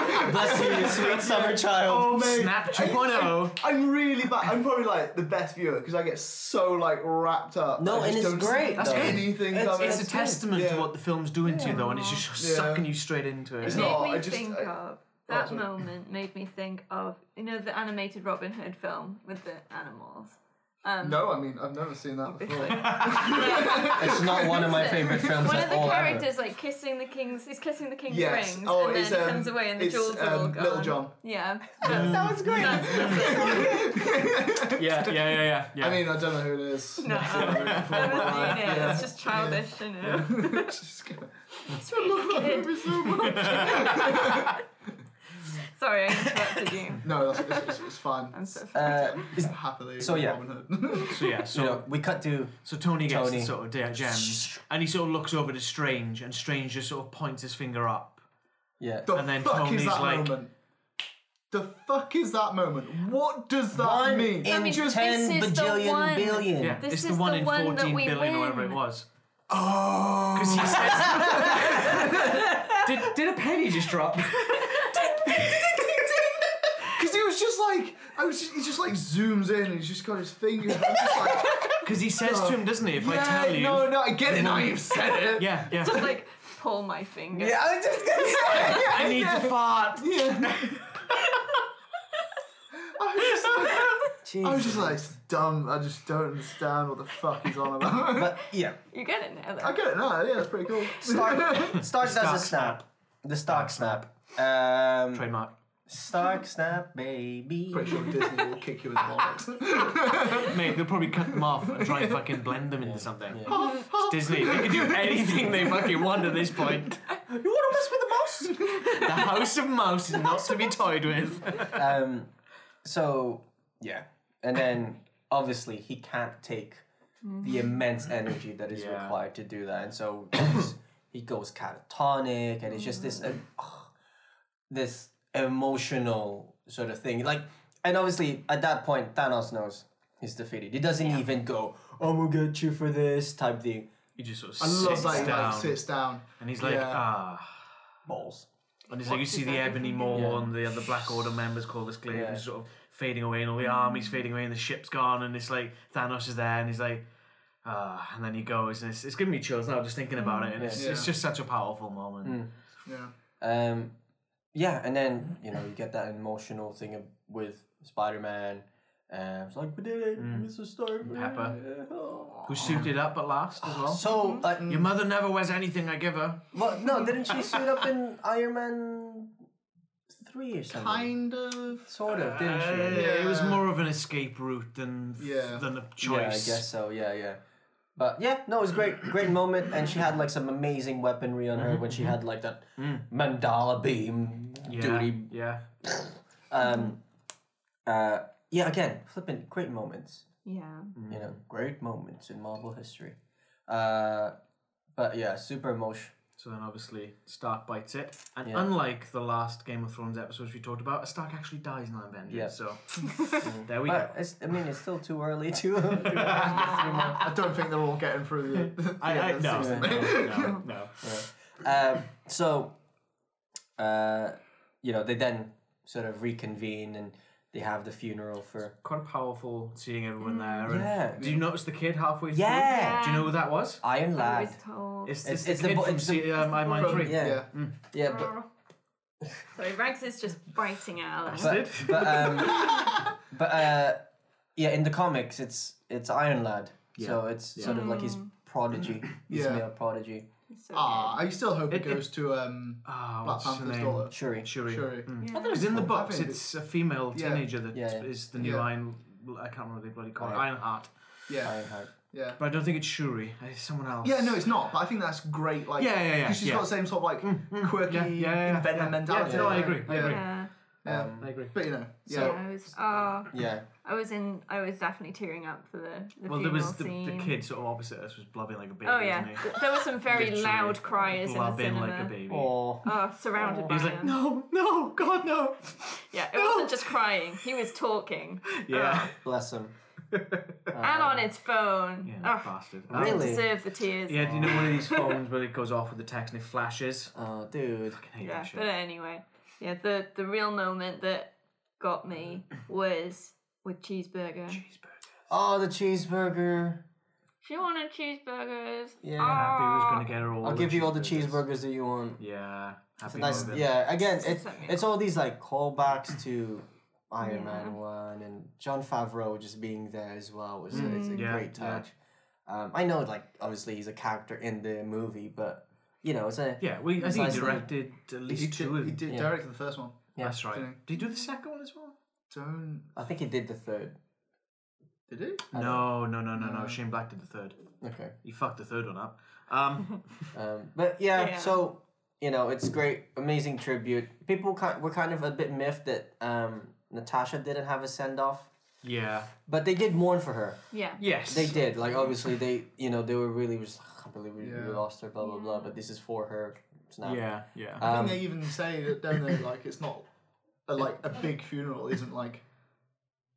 C: again!
B: bless you, sweet summer child.
C: Oh, mate.
D: Snap 2.0.
C: I'm really bad. I'm probably like the best viewer because I get so like wrapped up.
B: No,
C: I
B: and it's
C: just don't
B: great,
C: see
B: That's
D: good.
C: anything
B: It's-
C: coming.
D: It's
B: That's
D: a
B: good.
D: testament
C: Yeah.
D: to what the film's doing to you, though, and it's just
C: Yeah.
D: sucking you straight into it.
C: It's
A: Made
C: not-
A: me
C: I just-
A: think
C: I- oh,
A: of that
C: sorry.
A: moment. Made me think of you know the animated Robin Hood film with the animals. Um,
C: No, I mean I've never seen that before.
B: It's not one of my favorite films
A: One of
B: at
A: the
B: all. ever.
A: characters like kissing the king's, he's kissing the king's
C: Yes.
A: rings,
C: Oh,
A: and then
C: it's,
A: he
C: um,
A: comes away and the
C: it's,
A: jewels are all
C: um,
A: gone.
C: Little John.
A: Yeah, that sounds great.
D: yeah, yeah, yeah, yeah. yeah.
C: I mean I don't know who it is.
A: no, I've never seen it. It's just childish, you know.
C: Just gonna-
A: So wicked. Sorry, I interrupted you.
C: no, that's, it's, it's, it's fine.
A: I'm so
B: Uh, is-
C: Happily,
B: So, yeah.
C: Robin Hood.
D: so yeah, so
B: you know, we cut to
D: So Tony gets
B: Tony.
D: the sort of de- gems, and he sort of looks over to Strange, and Strange just sort of points his finger up.
B: yeah.
C: the
D: And then
C: fuck
D: Tony's
C: is that
D: like-
C: moment? The fuck is that moment? What does that
B: One
C: mean?
B: in
A: mean,
B: just
A: this is
B: ten
A: the
B: bajillion
A: one.
B: billion.
D: Yeah,
A: This
D: it's the
A: is
D: one
A: the
D: in
A: one that
D: fourteen
A: we
D: billion or whatever it
A: win.
D: was.
C: Oh.
D: Because he says, did, did a penny just drop?
C: Because he was just like, I was. Just, he just like zooms in and he's just got his fingers. and I'm just like,
D: Because he says to him, doesn't he? If I
C: yeah,
D: tell you,
C: no, no, I get it. Now you've said it.
D: yeah, yeah,
A: Just like pull my finger.
B: Yeah, I was just gonna say.
D: I need to fart.
C: Yeah. I was just like, I was just like, it's dumb. I just don't understand what the fuck he's on about.
B: but yeah,
A: You get it now,
C: I
A: though.
C: get it now. Yeah, it's pretty cool.
B: Stark starts as a snap, the Stark snap. Um,
D: Trademark.
B: Stark snap, baby.
C: Pretty sure Disney will kick you in the bollocks.
D: Mate, they'll probably cut them off and try and fucking blend them into something.
B: Yeah.
D: It's Disney. They can do anything they fucking want at this point.
B: You want to mess with the mouse?
D: The House of Mouse is not to be toyed with.
B: Um, so yeah, and then obviously he can't take the immense energy that is
D: Yeah.
B: required to do that, and so he's- he goes catatonic, and it's just this uh, ugh, this emotional sort of thing. Like, and obviously at that point Thanos knows he's defeated. He doesn't even go, "Oh, we'll get you for this" type thing.
D: He just sort of
C: I love
D: sits
C: that he
D: down.
C: like, sits down.
D: and he's like,
C: Yeah.
D: ah.
B: Balls.
D: And it's like you see the Ebony Maw and the other Black Order members, Corvus Glaive,
B: Yeah.
D: sort of fading away, and all the army's fading away, and the ship's gone, and it's like Thanos is there, and he's like, ah. And then he goes, and it's, it's giving me chills now just thinking about it, and it's,
C: Mm, Yeah. Mm.
D: it's just such a powerful moment.
C: Yeah.
B: Um, yeah, and then you know you get that emotional thing of, with Spider Man. Um, it's like we did it,
D: Mm.
B: Mr. Stark.
D: Pepper.
B: Oh.
D: Who suited up at last as well? mm-hmm.
B: So, like,
C: Oh,
D: Your mother never wears anything I give her.
B: what, no, didn't she suit up in Iron Man three or something?
C: Kind of.
B: Sort of, didn't
D: Uh,
B: she?
D: It was
C: Yeah.
D: more of an escape route than
C: Yeah.
D: than
B: Yeah,
D: a
B: I
D: choice.
B: guess so. Yeah, yeah. But yeah, no, it was great, great moment, and she had like some amazing weaponry on her when she had like that mandala beam
D: Mm-hmm. Mm. yeah,
B: duty
D: yeah.
B: Um, uh, yeah, again, flippant great moments.
A: Yeah.
B: You know, great moments in Marvel history. Uh, but yeah, super emotion.
D: So then obviously Stark bites it. And
B: Yeah.
D: unlike the last Game of Thrones episodes we talked about, Stark actually dies in Avengers.
B: Yeah.
D: So there we go.
B: But it's, I mean, it's still too early to.
C: I don't think they're all getting through the. the
D: I, I,
C: end of the
D: no,
C: season.
D: no, no, no.
B: um, so, uh, you know, they then sort of reconvene and they have the funeral for.
D: Quite powerful seeing everyone there. And
B: Mm, Yeah,
D: Do you notice the kid halfway through?
B: Yeah.
D: Do you know who that was?
B: Iron
A: I
B: Lad.
A: was told.
D: It's,
B: It's-
D: it's,
B: it's the
D: the kid
B: bo-
D: from
B: it's
D: C- uh, My Mind 3.
B: Yeah.
C: yeah.
B: Yeah, but
A: Sorry, Rags is just biting at Alan.
B: but,
D: Did?
B: but um, but uh, yeah, in the comics, it's it's Iron Lad, so it's sort of like his prodigy, his
C: Yeah.
B: male prodigy,
A: It's so
C: Ah, I still hope it,
D: It- it-
C: goes to um,
D: Ah,
C: Black
D: what's her
C: Panther's
D: name?
C: daughter.
B: Shuri.
D: Shuri. Hmm.
C: Shuri.
A: good.
D: It was in the
C: Oh,
D: books.
C: Ivan.
D: It's a female
C: Yeah.
D: teenager that is
B: Yeah.
D: the new
C: Yeah.
D: Iron. I can't remember what they bloody call it.
B: Iron-
D: Ironheart.
C: Yeah,
B: Ironheart.
C: yeah.
D: But I don't think it's Shuri. It's someone else.
C: Yeah, no, it's not. But I think that's great. Like,
D: Yeah, yeah, yeah,
C: 'cause She's
D: yeah.
C: got the same sort of like
D: Mm,
C: quirky
D: yeah, yeah, yeah,
C: inventor
D: yeah.
C: mentality.
D: Yeah, no, I agree, I
C: Yeah.
D: agree.
A: Yeah.
C: Yeah.
B: Um,
D: I agree.
C: But you know, yeah,
A: yeah, I was. Ah,
B: Yeah,
A: I was in. I was definitely tearing up for the. the
D: Well, there was
A: funeral
D: the, the
A: scene.
D: kid sort of opposite us was blubbing like a baby.
A: Oh yeah,
D: wasn't he?
A: Th- there were some very
D: Literally
A: loud criers in the
D: blubbing
A: cinema.
D: like a baby.
B: or
A: Oh, surrounded by
D: He's like,
A: them.
D: no, no, God, no.
A: yeah, it wasn't just crying. He was talking
D: Yeah,
B: bless him. Uh,
A: and on his phone.
D: yeah,
A: Ugh,
D: bastard.
A: didn't
B: Really?
A: deserve the tears.
D: Yeah, do you know one of these phones where it goes off with the text and it flashes?
B: Oh, dude.
D: I hate that
A: Yeah,
D: shit.
A: but anyway, yeah. The the real moment that got me was with cheeseburger.
B: Oh, the cheeseburger.
A: She wanted cheeseburgers.
B: Yeah.
D: Happy was
A: Ah.
D: gonna get her all.
B: I'll
D: the
B: give you all the
D: cheeseburgers.
B: cheeseburgers that you want.
D: Yeah, happy.
B: Nice.
D: moment.
B: Yeah. Again, it's
A: something.
B: it's all these like callbacks to Iron
A: Yeah.
B: Man one and John Favreau just being there as well was it's a
D: Mm. Yeah,
B: great
D: yeah.
B: touch. Um, I know, like obviously he's a character in the movie, but you know, it's a
D: Yeah, we. I think
B: Nice
D: he
B: thing.
D: directed at least
C: He
D: two.
C: did,
D: of
C: he
D: them.
C: did
B: Yeah.
C: directed the first one.
D: That's right.
C: Didn't
D: Did he do the second one as well?
C: Don't
B: I think he did the third.
C: did he?
D: No, no, no, no, no. Shane Black did the third.
B: Okay.
D: He fucked the third one up. Um,
B: Um, but yeah,
A: Yeah.
B: so you know, it's great, amazing tribute. People kind were kind of a bit miffed that um, Natasha didn't have a send off,
D: yeah.
B: but they did mourn for her.
A: Yeah.
D: Yes.
B: They did. Like obviously they you know, they were really just "Ugh, I can't believe we,
C: Yeah.
B: we lost her, blah blah blah, but this is for her. It's not
D: Yeah, yeah.
C: I
B: um,
C: think they even say that don't they? Like it's not a, like a big funeral isn't like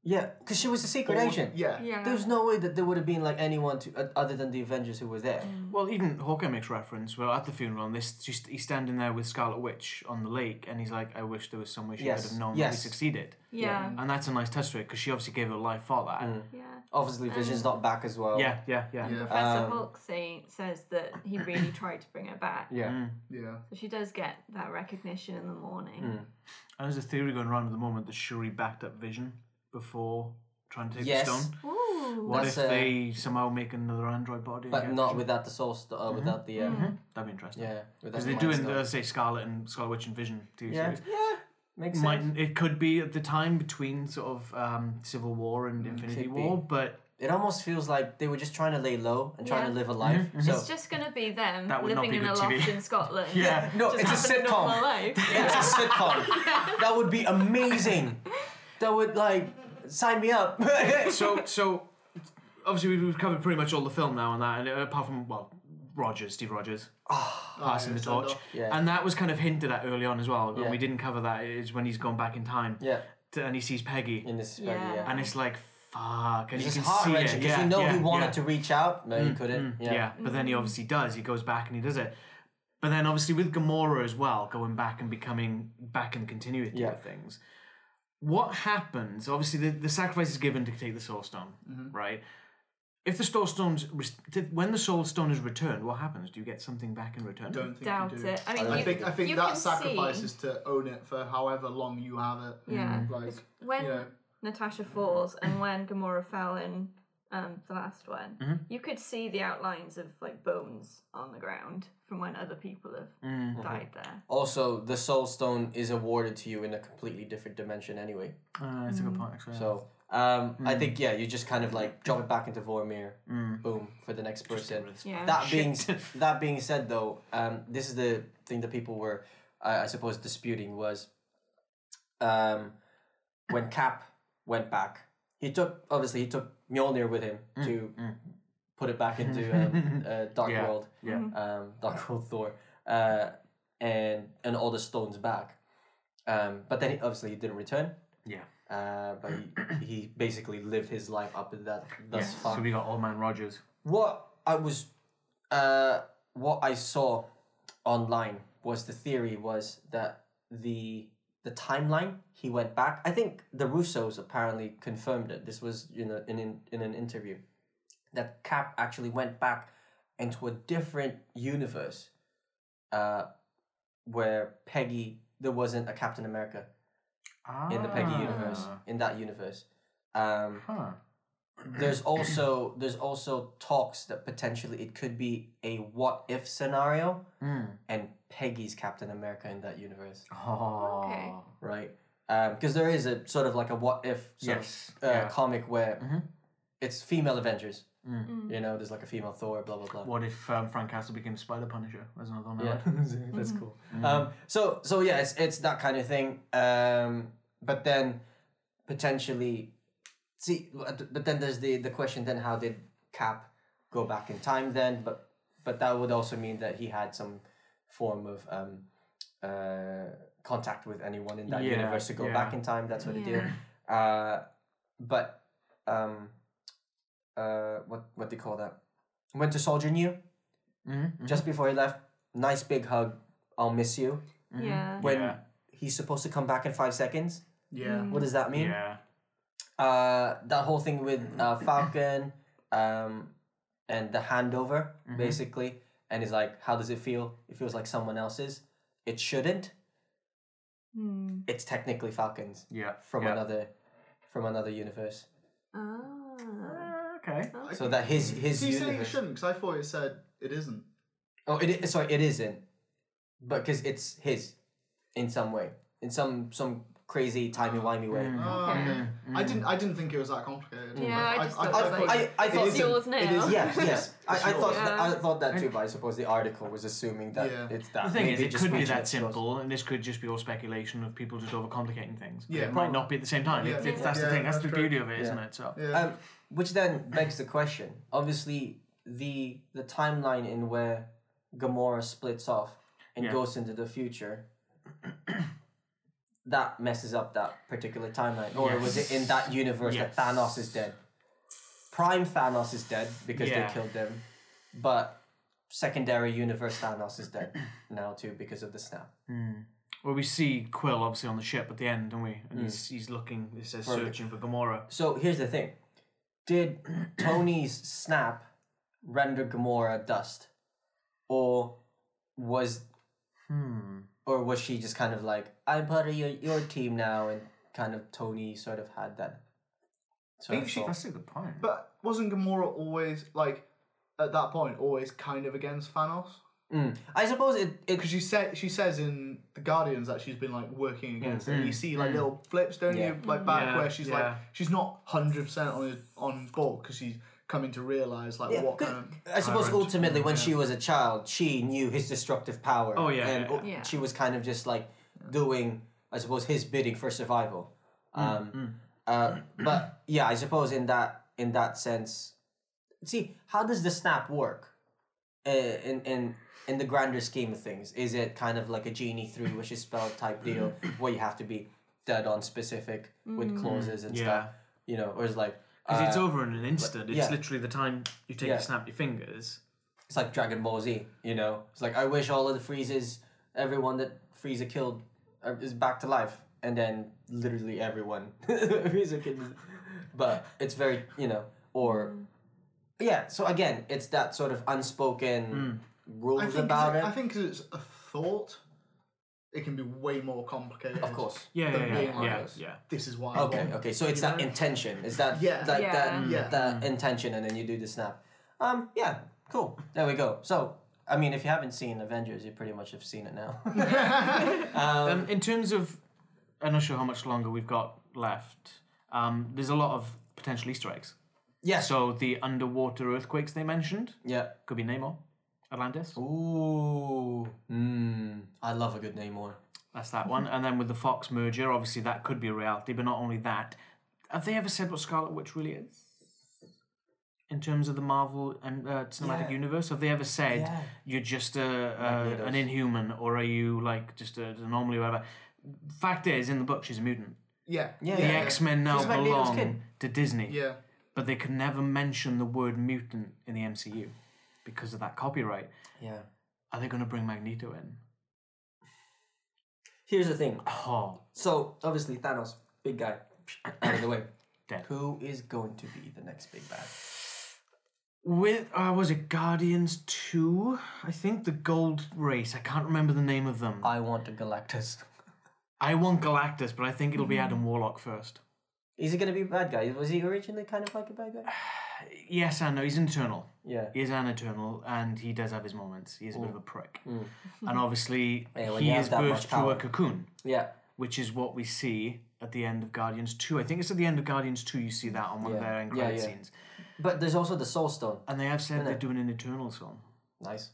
B: Yeah, because she was a secret agent.
C: yeah
A: Yeah.
B: There's no way that there would have been like anyone to uh, other than the Avengers who were there.
D: Well, even Hawkeye makes reference. Well, at the funeral, and this she's, he's standing there with Scarlet Witch on the lake, and he's like, "I wish there was some way she
B: Yes,
D: could have known that we
B: yes.
D: succeeded."
A: yeah.
D: And that's a nice touch to it because she obviously gave her life for that.
B: Mm.
A: yeah.
B: Obviously, Vision's not back as well.
D: Yeah, yeah, yeah,
C: yeah
A: Professor
B: Um,
A: Hulk say, says that he really tried to bring her back.
B: Yeah.
D: Mm.
C: yeah.
A: So she does get that recognition in the morning.
B: Mm.
D: And there's a theory going around at the moment that Shuri backed up Vision before trying to take
B: Yes.
D: the stone.
A: Ooh.
D: Mm. What
B: That's,
D: if
B: uh,
D: they somehow make another android body? and
B: But
D: get
B: not
D: Vision?
B: without the soul, st- uh, without the. Um,
D: That'd be interesting.
B: Yeah. Without
D: Mm-hmm. Because they're
B: mind
D: doing,
B: stone.
D: the, say, Scarlet and Scarlet Witch and Vision TV
B: Yeah.
D: series.
B: Yeah. Makes
D: might
B: sense.
D: it could be at the time between sort of um, Civil War and Infinity
B: could be.
D: War, but
B: It almost feels like they were just trying to lay low and trying
A: Yeah.
B: to live a life.
D: Mm-hmm.
B: So
A: It's just gonna be them
D: That would not
A: living in
D: be
A: a
D: good
A: loft
D: TV.
A: in Scotland.
D: Yeah.
B: no,
A: Just
B: it's a
A: having
B: sitcom.
A: normal life.
B: It's a sitcom. That would be amazing. That would like sign me up.
D: so so obviously we've, we've covered pretty much all the film now and that, and uh, apart from well. Rogers, Steve Rogers, passing the torch,
B: Yeah.
D: and that was kind of hinted at early on as well. And
B: Yeah.
D: we didn't cover that. Is when he's gone back in time,
B: yeah,
D: to, and he sees Peggy,
B: in this.
A: Yeah.
B: Yeah.
D: and it's like fuck, and
B: it's
D: you
B: just
D: can see
B: heart
D: it.
B: wrenching because
D: yeah,
B: you know
D: yeah,
B: he wanted
D: yeah. Mm,
B: to reach out, no, he couldn't.
D: Yeah.
B: yeah.
D: but then he obviously does. He goes back and he does it. But then obviously with Gamora as well, going back and becoming back in the continuity
B: Yeah.
D: of things. What happens? Obviously, the, the sacrifice is given to take the Soul Stone,
B: Mm-hmm.
D: right? If the Soul Stone's res- did- when the Soul Stone is returned, what happens? Do you get something back in return?
C: Don't think
A: Doubt
C: you do.
A: it. I mean,
B: I
C: I
A: you,
C: think I think
A: you
C: that
A: can
C: sacrifice
A: see
C: is to own it for however long you have it.
A: Yeah.
D: Mm.
C: Like
A: when
C: yeah.
A: Natasha falls and when Gamora fell in um, the last one.
D: Mm-hmm.
A: You could see the outlines of like bones on the ground from when other people have
D: Mm-hmm.
A: died there.
B: Also, the Soul Stone is awarded to you in a completely different dimension anyway.
D: Uh, that's a good point, actually.
B: So um, I think yeah, you just kind of like drop it back into Vormir, boom, for the next person.
A: Yeah.
B: That being that being said though, um, this is the thing that people were, I I suppose, disputing was, um, when Cap went back, he took obviously he took Mjolnir with him
D: Mm,
B: to put it back into um, uh, Dark
D: Yeah.
B: World,
D: Yeah.
B: um, Dark World Thor, uh, and and all the stones back, um, but then he, obviously he didn't return.
D: yeah.
B: Uh, but he, he basically lived his life up to that thus
D: Yeah.
B: far.
D: So we got Old Man Rogers.
B: What I was, uh, what I saw online was the theory was that the the timeline he went back. I think the Russos apparently confirmed it. This was you know in in, in an interview that Cap actually went back into a different universe, uh, where Peggy there wasn't a Captain America in the Peggy
D: Ah.
B: universe in that universe. Um,
D: Huh.
B: there's also there's also talks that potentially it could be a what if scenario
D: Mm.
B: and Peggy's Captain America in that universe,
D: Oh.
A: Okay.
B: right? Because there is a sort of like a what if sort
D: Yes,
B: of, uh,
D: yeah. Mm-hmm.
B: comic where it's female Avengers.
A: Mm.
B: You know, there's like a female Thor, blah blah blah.
D: What if um, Frank Castle became Spider Punisher? That's another one. Mm-hmm, I
B: Yeah,
D: read.
B: that's cool. Um, so so yeah, it's it's that kind of thing. Um, but then potentially, see, but then there's the the question. Then how did Cap go back in time? Then, but but that would also mean that he had some form of um, uh, contact with anyone in that
D: Yeah,
B: universe to go
D: yeah.
B: back in time. That sort of deal.
A: Yeah.
B: Uh, but um, uh, what what do you call that? Winter Soldier knew
D: Mm-hmm.
B: just before he left. Nice big hug. I'll miss you.
D: Mm-hmm.
A: Yeah.
B: When
D: Yeah.
B: he's supposed to come back in five seconds.
C: Yeah.
B: What does that mean?
D: Yeah. Mm-hmm.
B: Uh, that whole thing with uh, Falcon um, and the handover,
D: Mm-hmm.
B: basically. And he's like, how does it feel? It feels like someone else's. It shouldn't.
A: Hmm.
B: It's technically Falcon's
D: Yeah.
B: from
D: yeah.
B: another from another universe.
A: Ah.
D: Uh, okay.
B: So that his
D: Mm-hmm.
B: his
C: So you saying it
B: universe.
C: shouldn't? Because I thought it said it isn't.
B: Oh, it i- sorry, it isn't. But because it's his, in some way, in some some crazy timey wimey way.
D: Mm-hmm.
C: Oh,
A: Mm, Okay.
B: Mm,
C: okay. I didn't. I didn't think it was that complicated.
A: Yeah, I just thought it was
B: I, I, I
C: it
B: thought
A: It's
C: isn't.
A: yours now.
C: It is-
B: Yes,
C: yeah,
B: yes. I,
C: it's
B: I
C: yours.
B: thought
A: Yeah.
B: I thought that too, but I suppose the article was assuming that
C: Yeah.
B: it's that.
D: The thing is,
B: Maybe
D: it
B: just
D: could be
B: reaching
D: that
B: its goals.
D: simple, and this could just be all speculation of people just overcomplicating things. But
C: Yeah,
D: it might
C: well-
D: not be at the same time.
C: Yeah,
D: It- it's- that's
C: yeah,
D: the thing. That's,
C: that's
D: the
C: true.
D: beauty of it, not
B: Yeah.
D: it? So,
C: Yeah.
B: Um, which then begs the question. Obviously, the the timeline in where Gamora splits off and
D: Yeah.
B: goes into the future. That messes up that particular timeline, or was it in that universe that
D: Yes.
B: Thanos is dead? Prime Thanos is dead because
D: Yeah.
B: they killed him, but secondary universe Thanos is dead now too because of the snap.
D: well, we see Quill obviously on the ship at the end, don't we? And he's,
B: Mm.
D: he's looking. It says searching for Gamora.
B: So here's the thing: Did Tony's snap render Gamora dust, or was, hmm, or was she just kind of like, "I'm part of your, your team now," and kind of Tony sort of had that. sort
C: Think
B: of
C: she-
B: thought.
D: a good point.
C: But wasn't Gamora always like at that point always kind of against Thanos?
B: Hmm. I suppose it, it
C: Because she said she says in the Guardians that she's been like working against it. You see like little flips, don't
B: Mm, Yeah.
C: you? Like back
D: Yeah,
C: where she's like
D: yeah.
C: she's not hundred percent on on board because she's coming to realize like
B: Yeah,
C: what
B: 'cause
C: kind of
B: I suppose
D: tyrant.
B: ultimately, when she was a child, she knew his destructive power.
D: Oh, yeah,
B: and
D: yeah,
B: uh,
A: yeah.
B: she was kind of just like doing, I suppose, his bidding for survival.
D: Mm,
B: Um, uh, but yeah, I suppose in that in that sense, see how does the snap work? Uh, in in in the grander scheme of things, is it kind of like a genie three wishes spell type deal where you have to be dead on specific with clauses and stuff,
D: Yeah.
B: you know, or is like
D: Because it's
B: uh,
D: over in an instant. It's
B: yeah.
D: literally the time you take
B: Yeah.
D: to snap your fingers.
B: it's like Dragon Ball Z, you know? It's like, I wish all of the Freezes, everyone that Frieza killed, uh, is back to life. And then literally everyone Frieza can. But it's very, you know, or.
C: Mm.
B: Yeah, so again, it's that sort of
A: Mm.
B: unspoken rules
C: I think 'cause
B: about
C: it-
B: it.
C: I think 'cause it's a thought. It can be way more complicated.
B: of course.
D: Yeah,
C: Than
D: yeah, yeah,
C: being like
D: yeah,
C: this.
D: yeah.
C: This is why. I
B: Okay,
C: want.
B: okay. So it's that intention. It's that
C: Yeah.
B: like
A: Yeah.
B: that
A: Mm.
C: Yeah.
B: that intention and then you do the snap. Um yeah, cool. There we go. So I mean if you haven't seen Avengers, you pretty much have seen it now.
D: Um, in terms of, I'm not sure how much longer we've got left. Um, there's a lot of potential Easter eggs.
B: Yes.
D: So the underwater earthquakes they mentioned
B: yeah.
D: could be Namor, Atlantis.
B: Ooh. Mm. I love a good Namor.
D: That's that one. And then with the Fox merger, obviously that could be a reality. But not only that, have they ever said what Scarlet Witch really is? In terms of the Marvel and uh, cinematic
B: Yeah.
D: universe, have they ever said
B: Yeah.
D: you're just a, a an
B: Magneto's.
D: inhuman, or are you like just a, an anomaly, or whatever? Fact is, in the book, she's a mutant.
C: Yeah.
B: Yeah.
D: The X Men now
B: She's Magneto's
D: belong
B: kid.
D: to Disney,
C: Yeah.
D: but they could never mention the word mutant in the MCU because of that copyright.
B: Yeah.
D: Are they going to bring Magneto in?
B: Here's the thing.
D: Oh,
B: So obviously Thanos, big guy, out of the way.
D: Dead.
B: Who is going to be the next big bad?
D: with uh, was it Guardians Two? I think the Gold Race. I can't remember the name of them. I,
B: I want a Galactus.
D: want Galactus, but I think it'll be
B: Mm.
D: Adam Warlock first.
B: Is he gonna be a bad guy? Was he originally kind of like a bad guy?
D: Yes, I know he's internal.
B: Yeah.
D: He is an eternal, and he does have his moments. He is a bit of a prick, and obviously
B: Mm. Yeah, when
D: he
B: you have
D: is
B: that
D: birthed
B: much
D: through a
B: power.
D: cocoon.
B: Yeah.
D: which is what we see at the end of Guardians 2. I think it's at the end of Guardians 2 you see that on one of
B: Yeah.
D: their end
B: Yeah,
D: credit
B: yeah.
D: scenes.
B: But there's also the Soul Stone.
D: And they have said they're doing an Eternal song.
B: Nice.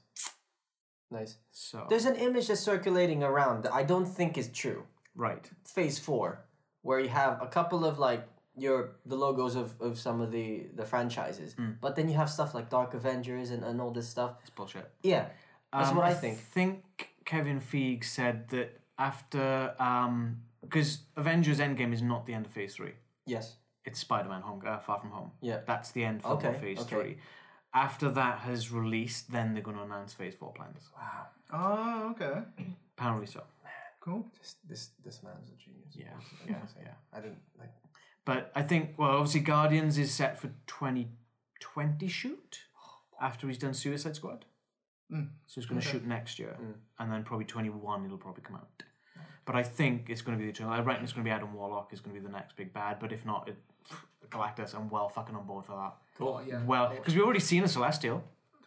B: Nice.
D: So,
B: There's an image that's circulating around that I don't think is true.
D: right.
B: phase four, where you have a couple of like your the logos of, of some of the the franchises,
D: Hmm.
B: but then you have stuff like Dark Avengers and, and all this stuff.
D: It's bullshit.
B: Yeah, that's
D: Um,
B: what I think.
D: think Kevin Feige said that after. Because Avengers Endgame is not the end of Phase 3.
B: Yes,
D: It's Spider Man Home uh, Far From Home.
B: Yeah.
D: That's the end film
B: Okay,
D: of Phase
B: okay.
D: 3. After that has released, then they're going to announce Phase 4 plans.
C: Oh, okay.
D: Apparently so.
C: Cool.
B: this this, this man is a genius.
D: Yeah. Yeah. yeah.
B: I didn't like.
D: But I think, well, obviously, Guardians is set for 2020 shoot after he's done Suicide Squad.
C: Mm.
D: So he's going to shoot next year. And then probably 21, it'll probably come out. But I think it's going to be the Eternal. I reckon it's going to be Adam Warlock is going to be the next big bad. But if not, it, Galactus, I'm well fucking on board for that.
C: Cool. Oh, yeah. Oh,
D: Well, because we've already seen a Celestial.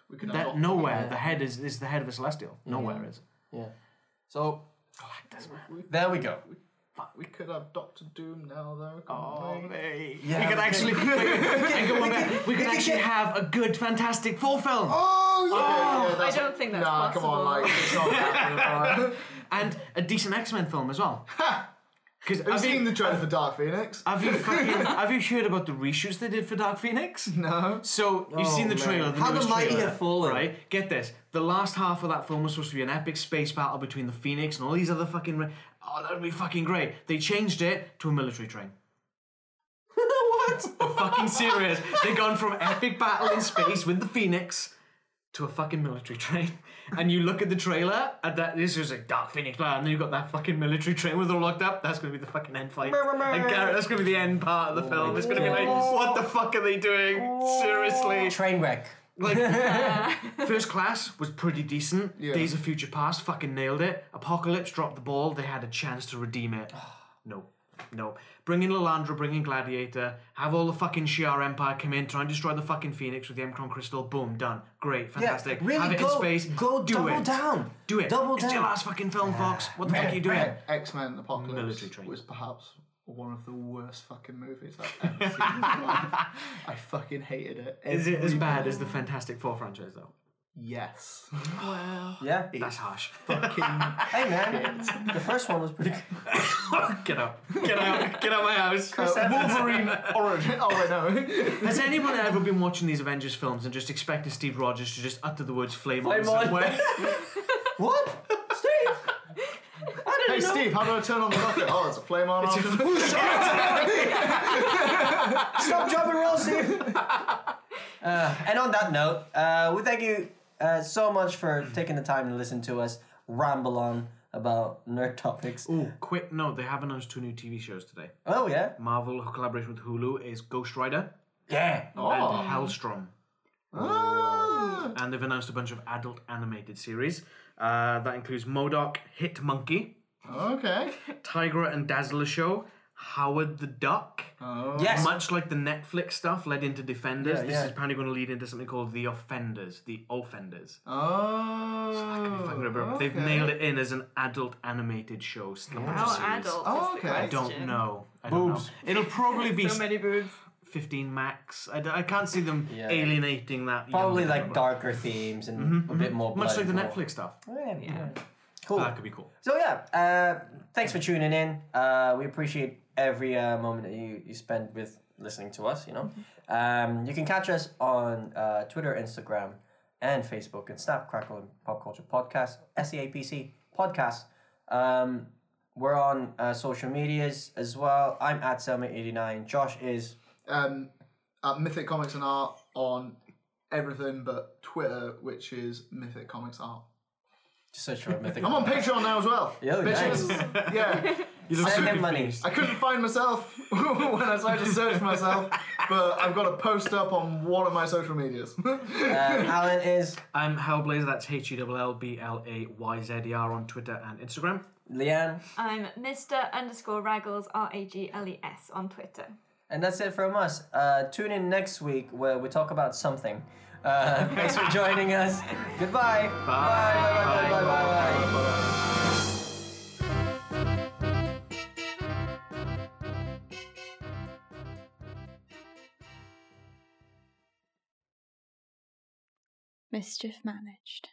C: we could
D: That nowhere the head is is the head of a Celestial. Nowhere is.
B: Yeah. So
D: Galactus, man.
B: there we go.
C: We could have Doctor Doom now though.
D: Oh,
C: couldn't we?
D: mate.
B: Yeah,
D: we could
B: we
D: actually, we could, we could actually have a good Fantastic Four film.
C: Oh, yeah, yeah,
A: I
C: that's-
A: don't think that's
C: nah,
A: possible.
C: come on, like, it's not happening.
D: uh,
C: alright.
D: and a decent X Men film as well. Because
C: Have
D: have
C: you seen
D: you,
C: the trailer for Dark Phoenix?
D: have you fucking, have you heard about the reshoots they did for Dark Phoenix?
C: no.
D: So you've
B: Oh,
D: seen the
B: man.
D: trailer. The
B: How the
D: newest
B: mighty
D: trailer,
B: have fallen.
D: Right, get this. The last half of that film was supposed to be an epic space battle between the Phoenix and all these other fucking. Re- oh, that'd be fucking great. They changed it to a military train.
B: what?
D: I'm fucking serious. They've gone from epic battle in space with the Phoenix to a fucking military train. And you look at the trailer, and that this is like Dark Phoenix, blah, and then you've got that fucking military train with all locked up. That's gonna be the fucking end fight. and Garrett, that's gonna be the end part of the film. It's gonna be like, what the fuck are they doing? Seriously.
B: Train wreck.
D: Like, first class was pretty decent.
C: Yeah.
D: Days of Future Past fucking nailed it. Apocalypse dropped the ball. They had a chance to redeem it. No. No. Bring in Lalandra, bring in Gladiator, have all the fucking Shi'ar Empire come in, try and destroy the fucking Phoenix with the Emcron Crystal, boom, done. Great, fantastic.
B: really
D: have it
B: go-
D: in space.
B: go
D: do
B: double
D: it.
B: down.
D: Do it.
B: Double
D: it's
B: down.
D: your last fucking film, Fox. What the fuck are you doing?
C: X Men Apocalypse
D: Military train.
C: was perhaps one of the worst fucking movies I've ever seen in my life. I fucking hated it.
D: Is it as
C: Every-
D: bad as the Fantastic Four franchise, though?
C: Yes.
B: Yeah.
D: That's harsh.
C: fucking.
B: Hey man, the first one was pretty. good.
D: get out. Get out. Get out of my house.
C: Wolverine origin. Oh wait, no.
D: Has anyone ever been watching these Avengers films and just expecting Steve Rogers to just utter the words flame,
B: Flame on.
D: on somewhere?
B: what? Steve.
C: hey Steve, how do I turn on the rocket? Oh, it's a flame on. option.
B: Stop jumping real soon. Uh, and on that note, uh, we thank you uh, so much for taking the time to listen to us ramble on about nerd topics.
D: Ooh, Oh, quick note, they have announced two new TV shows today.
B: Oh yeah,
D: Marvel collaboration with Hulu is Ghost Rider
B: yeah.
D: and
C: Oh.
D: Hellstrom.
C: Ah.
D: And they've announced a bunch of adult animated series. Uh, that includes Modoc, Hit Monkey,
C: Ah, Okay.
D: Tiger and Dazzler Show, Howard the Duck.
C: Oh.
B: Yes.
D: Much like the Netflix stuff led into Defenders,
B: Yeah,
D: this
B: yeah.
D: is apparently going to lead into something called The Offenders. The Offenders.
C: Oh.
D: If I can remember, They've
C: okay.
D: nailed it in as an adult animated show. slash
A: How
D: series.
A: adult
C: Oh,
A: is the
C: okay.
D: I
A: question?
D: don't know. I don't know.
B: Boobs.
D: It'll probably be
A: So many boobs.
D: 15 max. I, d- I can't see them
B: Yeah.
D: alienating that.
B: Probably
D: younger
B: like
D: demographic.
B: darker themes and a bit more.
D: Mm-hmm, Much
B: blood
D: like the
B: involved.
D: Netflix stuff.
B: Yeah.
A: Yeah.
B: Cool.
D: That could be cool.
B: So yeah, uh, thanks for tuning in. Uh, we appreciate every uh, moment that you, you spend with listening to us. You know, um, you can catch us on uh, Twitter, Instagram, and Facebook, and Snap Crackle and Pop Culture Podcast, S E A P C Podcast. Um, we're on uh, social medias as well. I'm at Selma eighty nine. Josh is
C: um, at Mythic Comics and Art on everything but Twitter, which is Mythic Comics Art.
B: just search for Mythic.
C: I'm on Patreon now as well.
B: Yo,
C: bitches. Yeah,
D: You look
B: Send
D: so
B: them money.
D: confused.
C: I couldn't find myself when I tried to search myself, but I've got a post up on one of my social medias.
B: Uh, Alan is
D: I'm Hellblazer, that's H E L L B L A Y Z E R on Twitter and Instagram.
B: Leanne,
A: I'm Mr. underscore Raggles, R A G L E S, on Twitter.
B: and that's it from us. Uh, tune in next week where we talk about something. Uh, thanks for joining us. Goodbye. bye, bye, bye, bye, bye, bye. bye.
E: Mischief managed.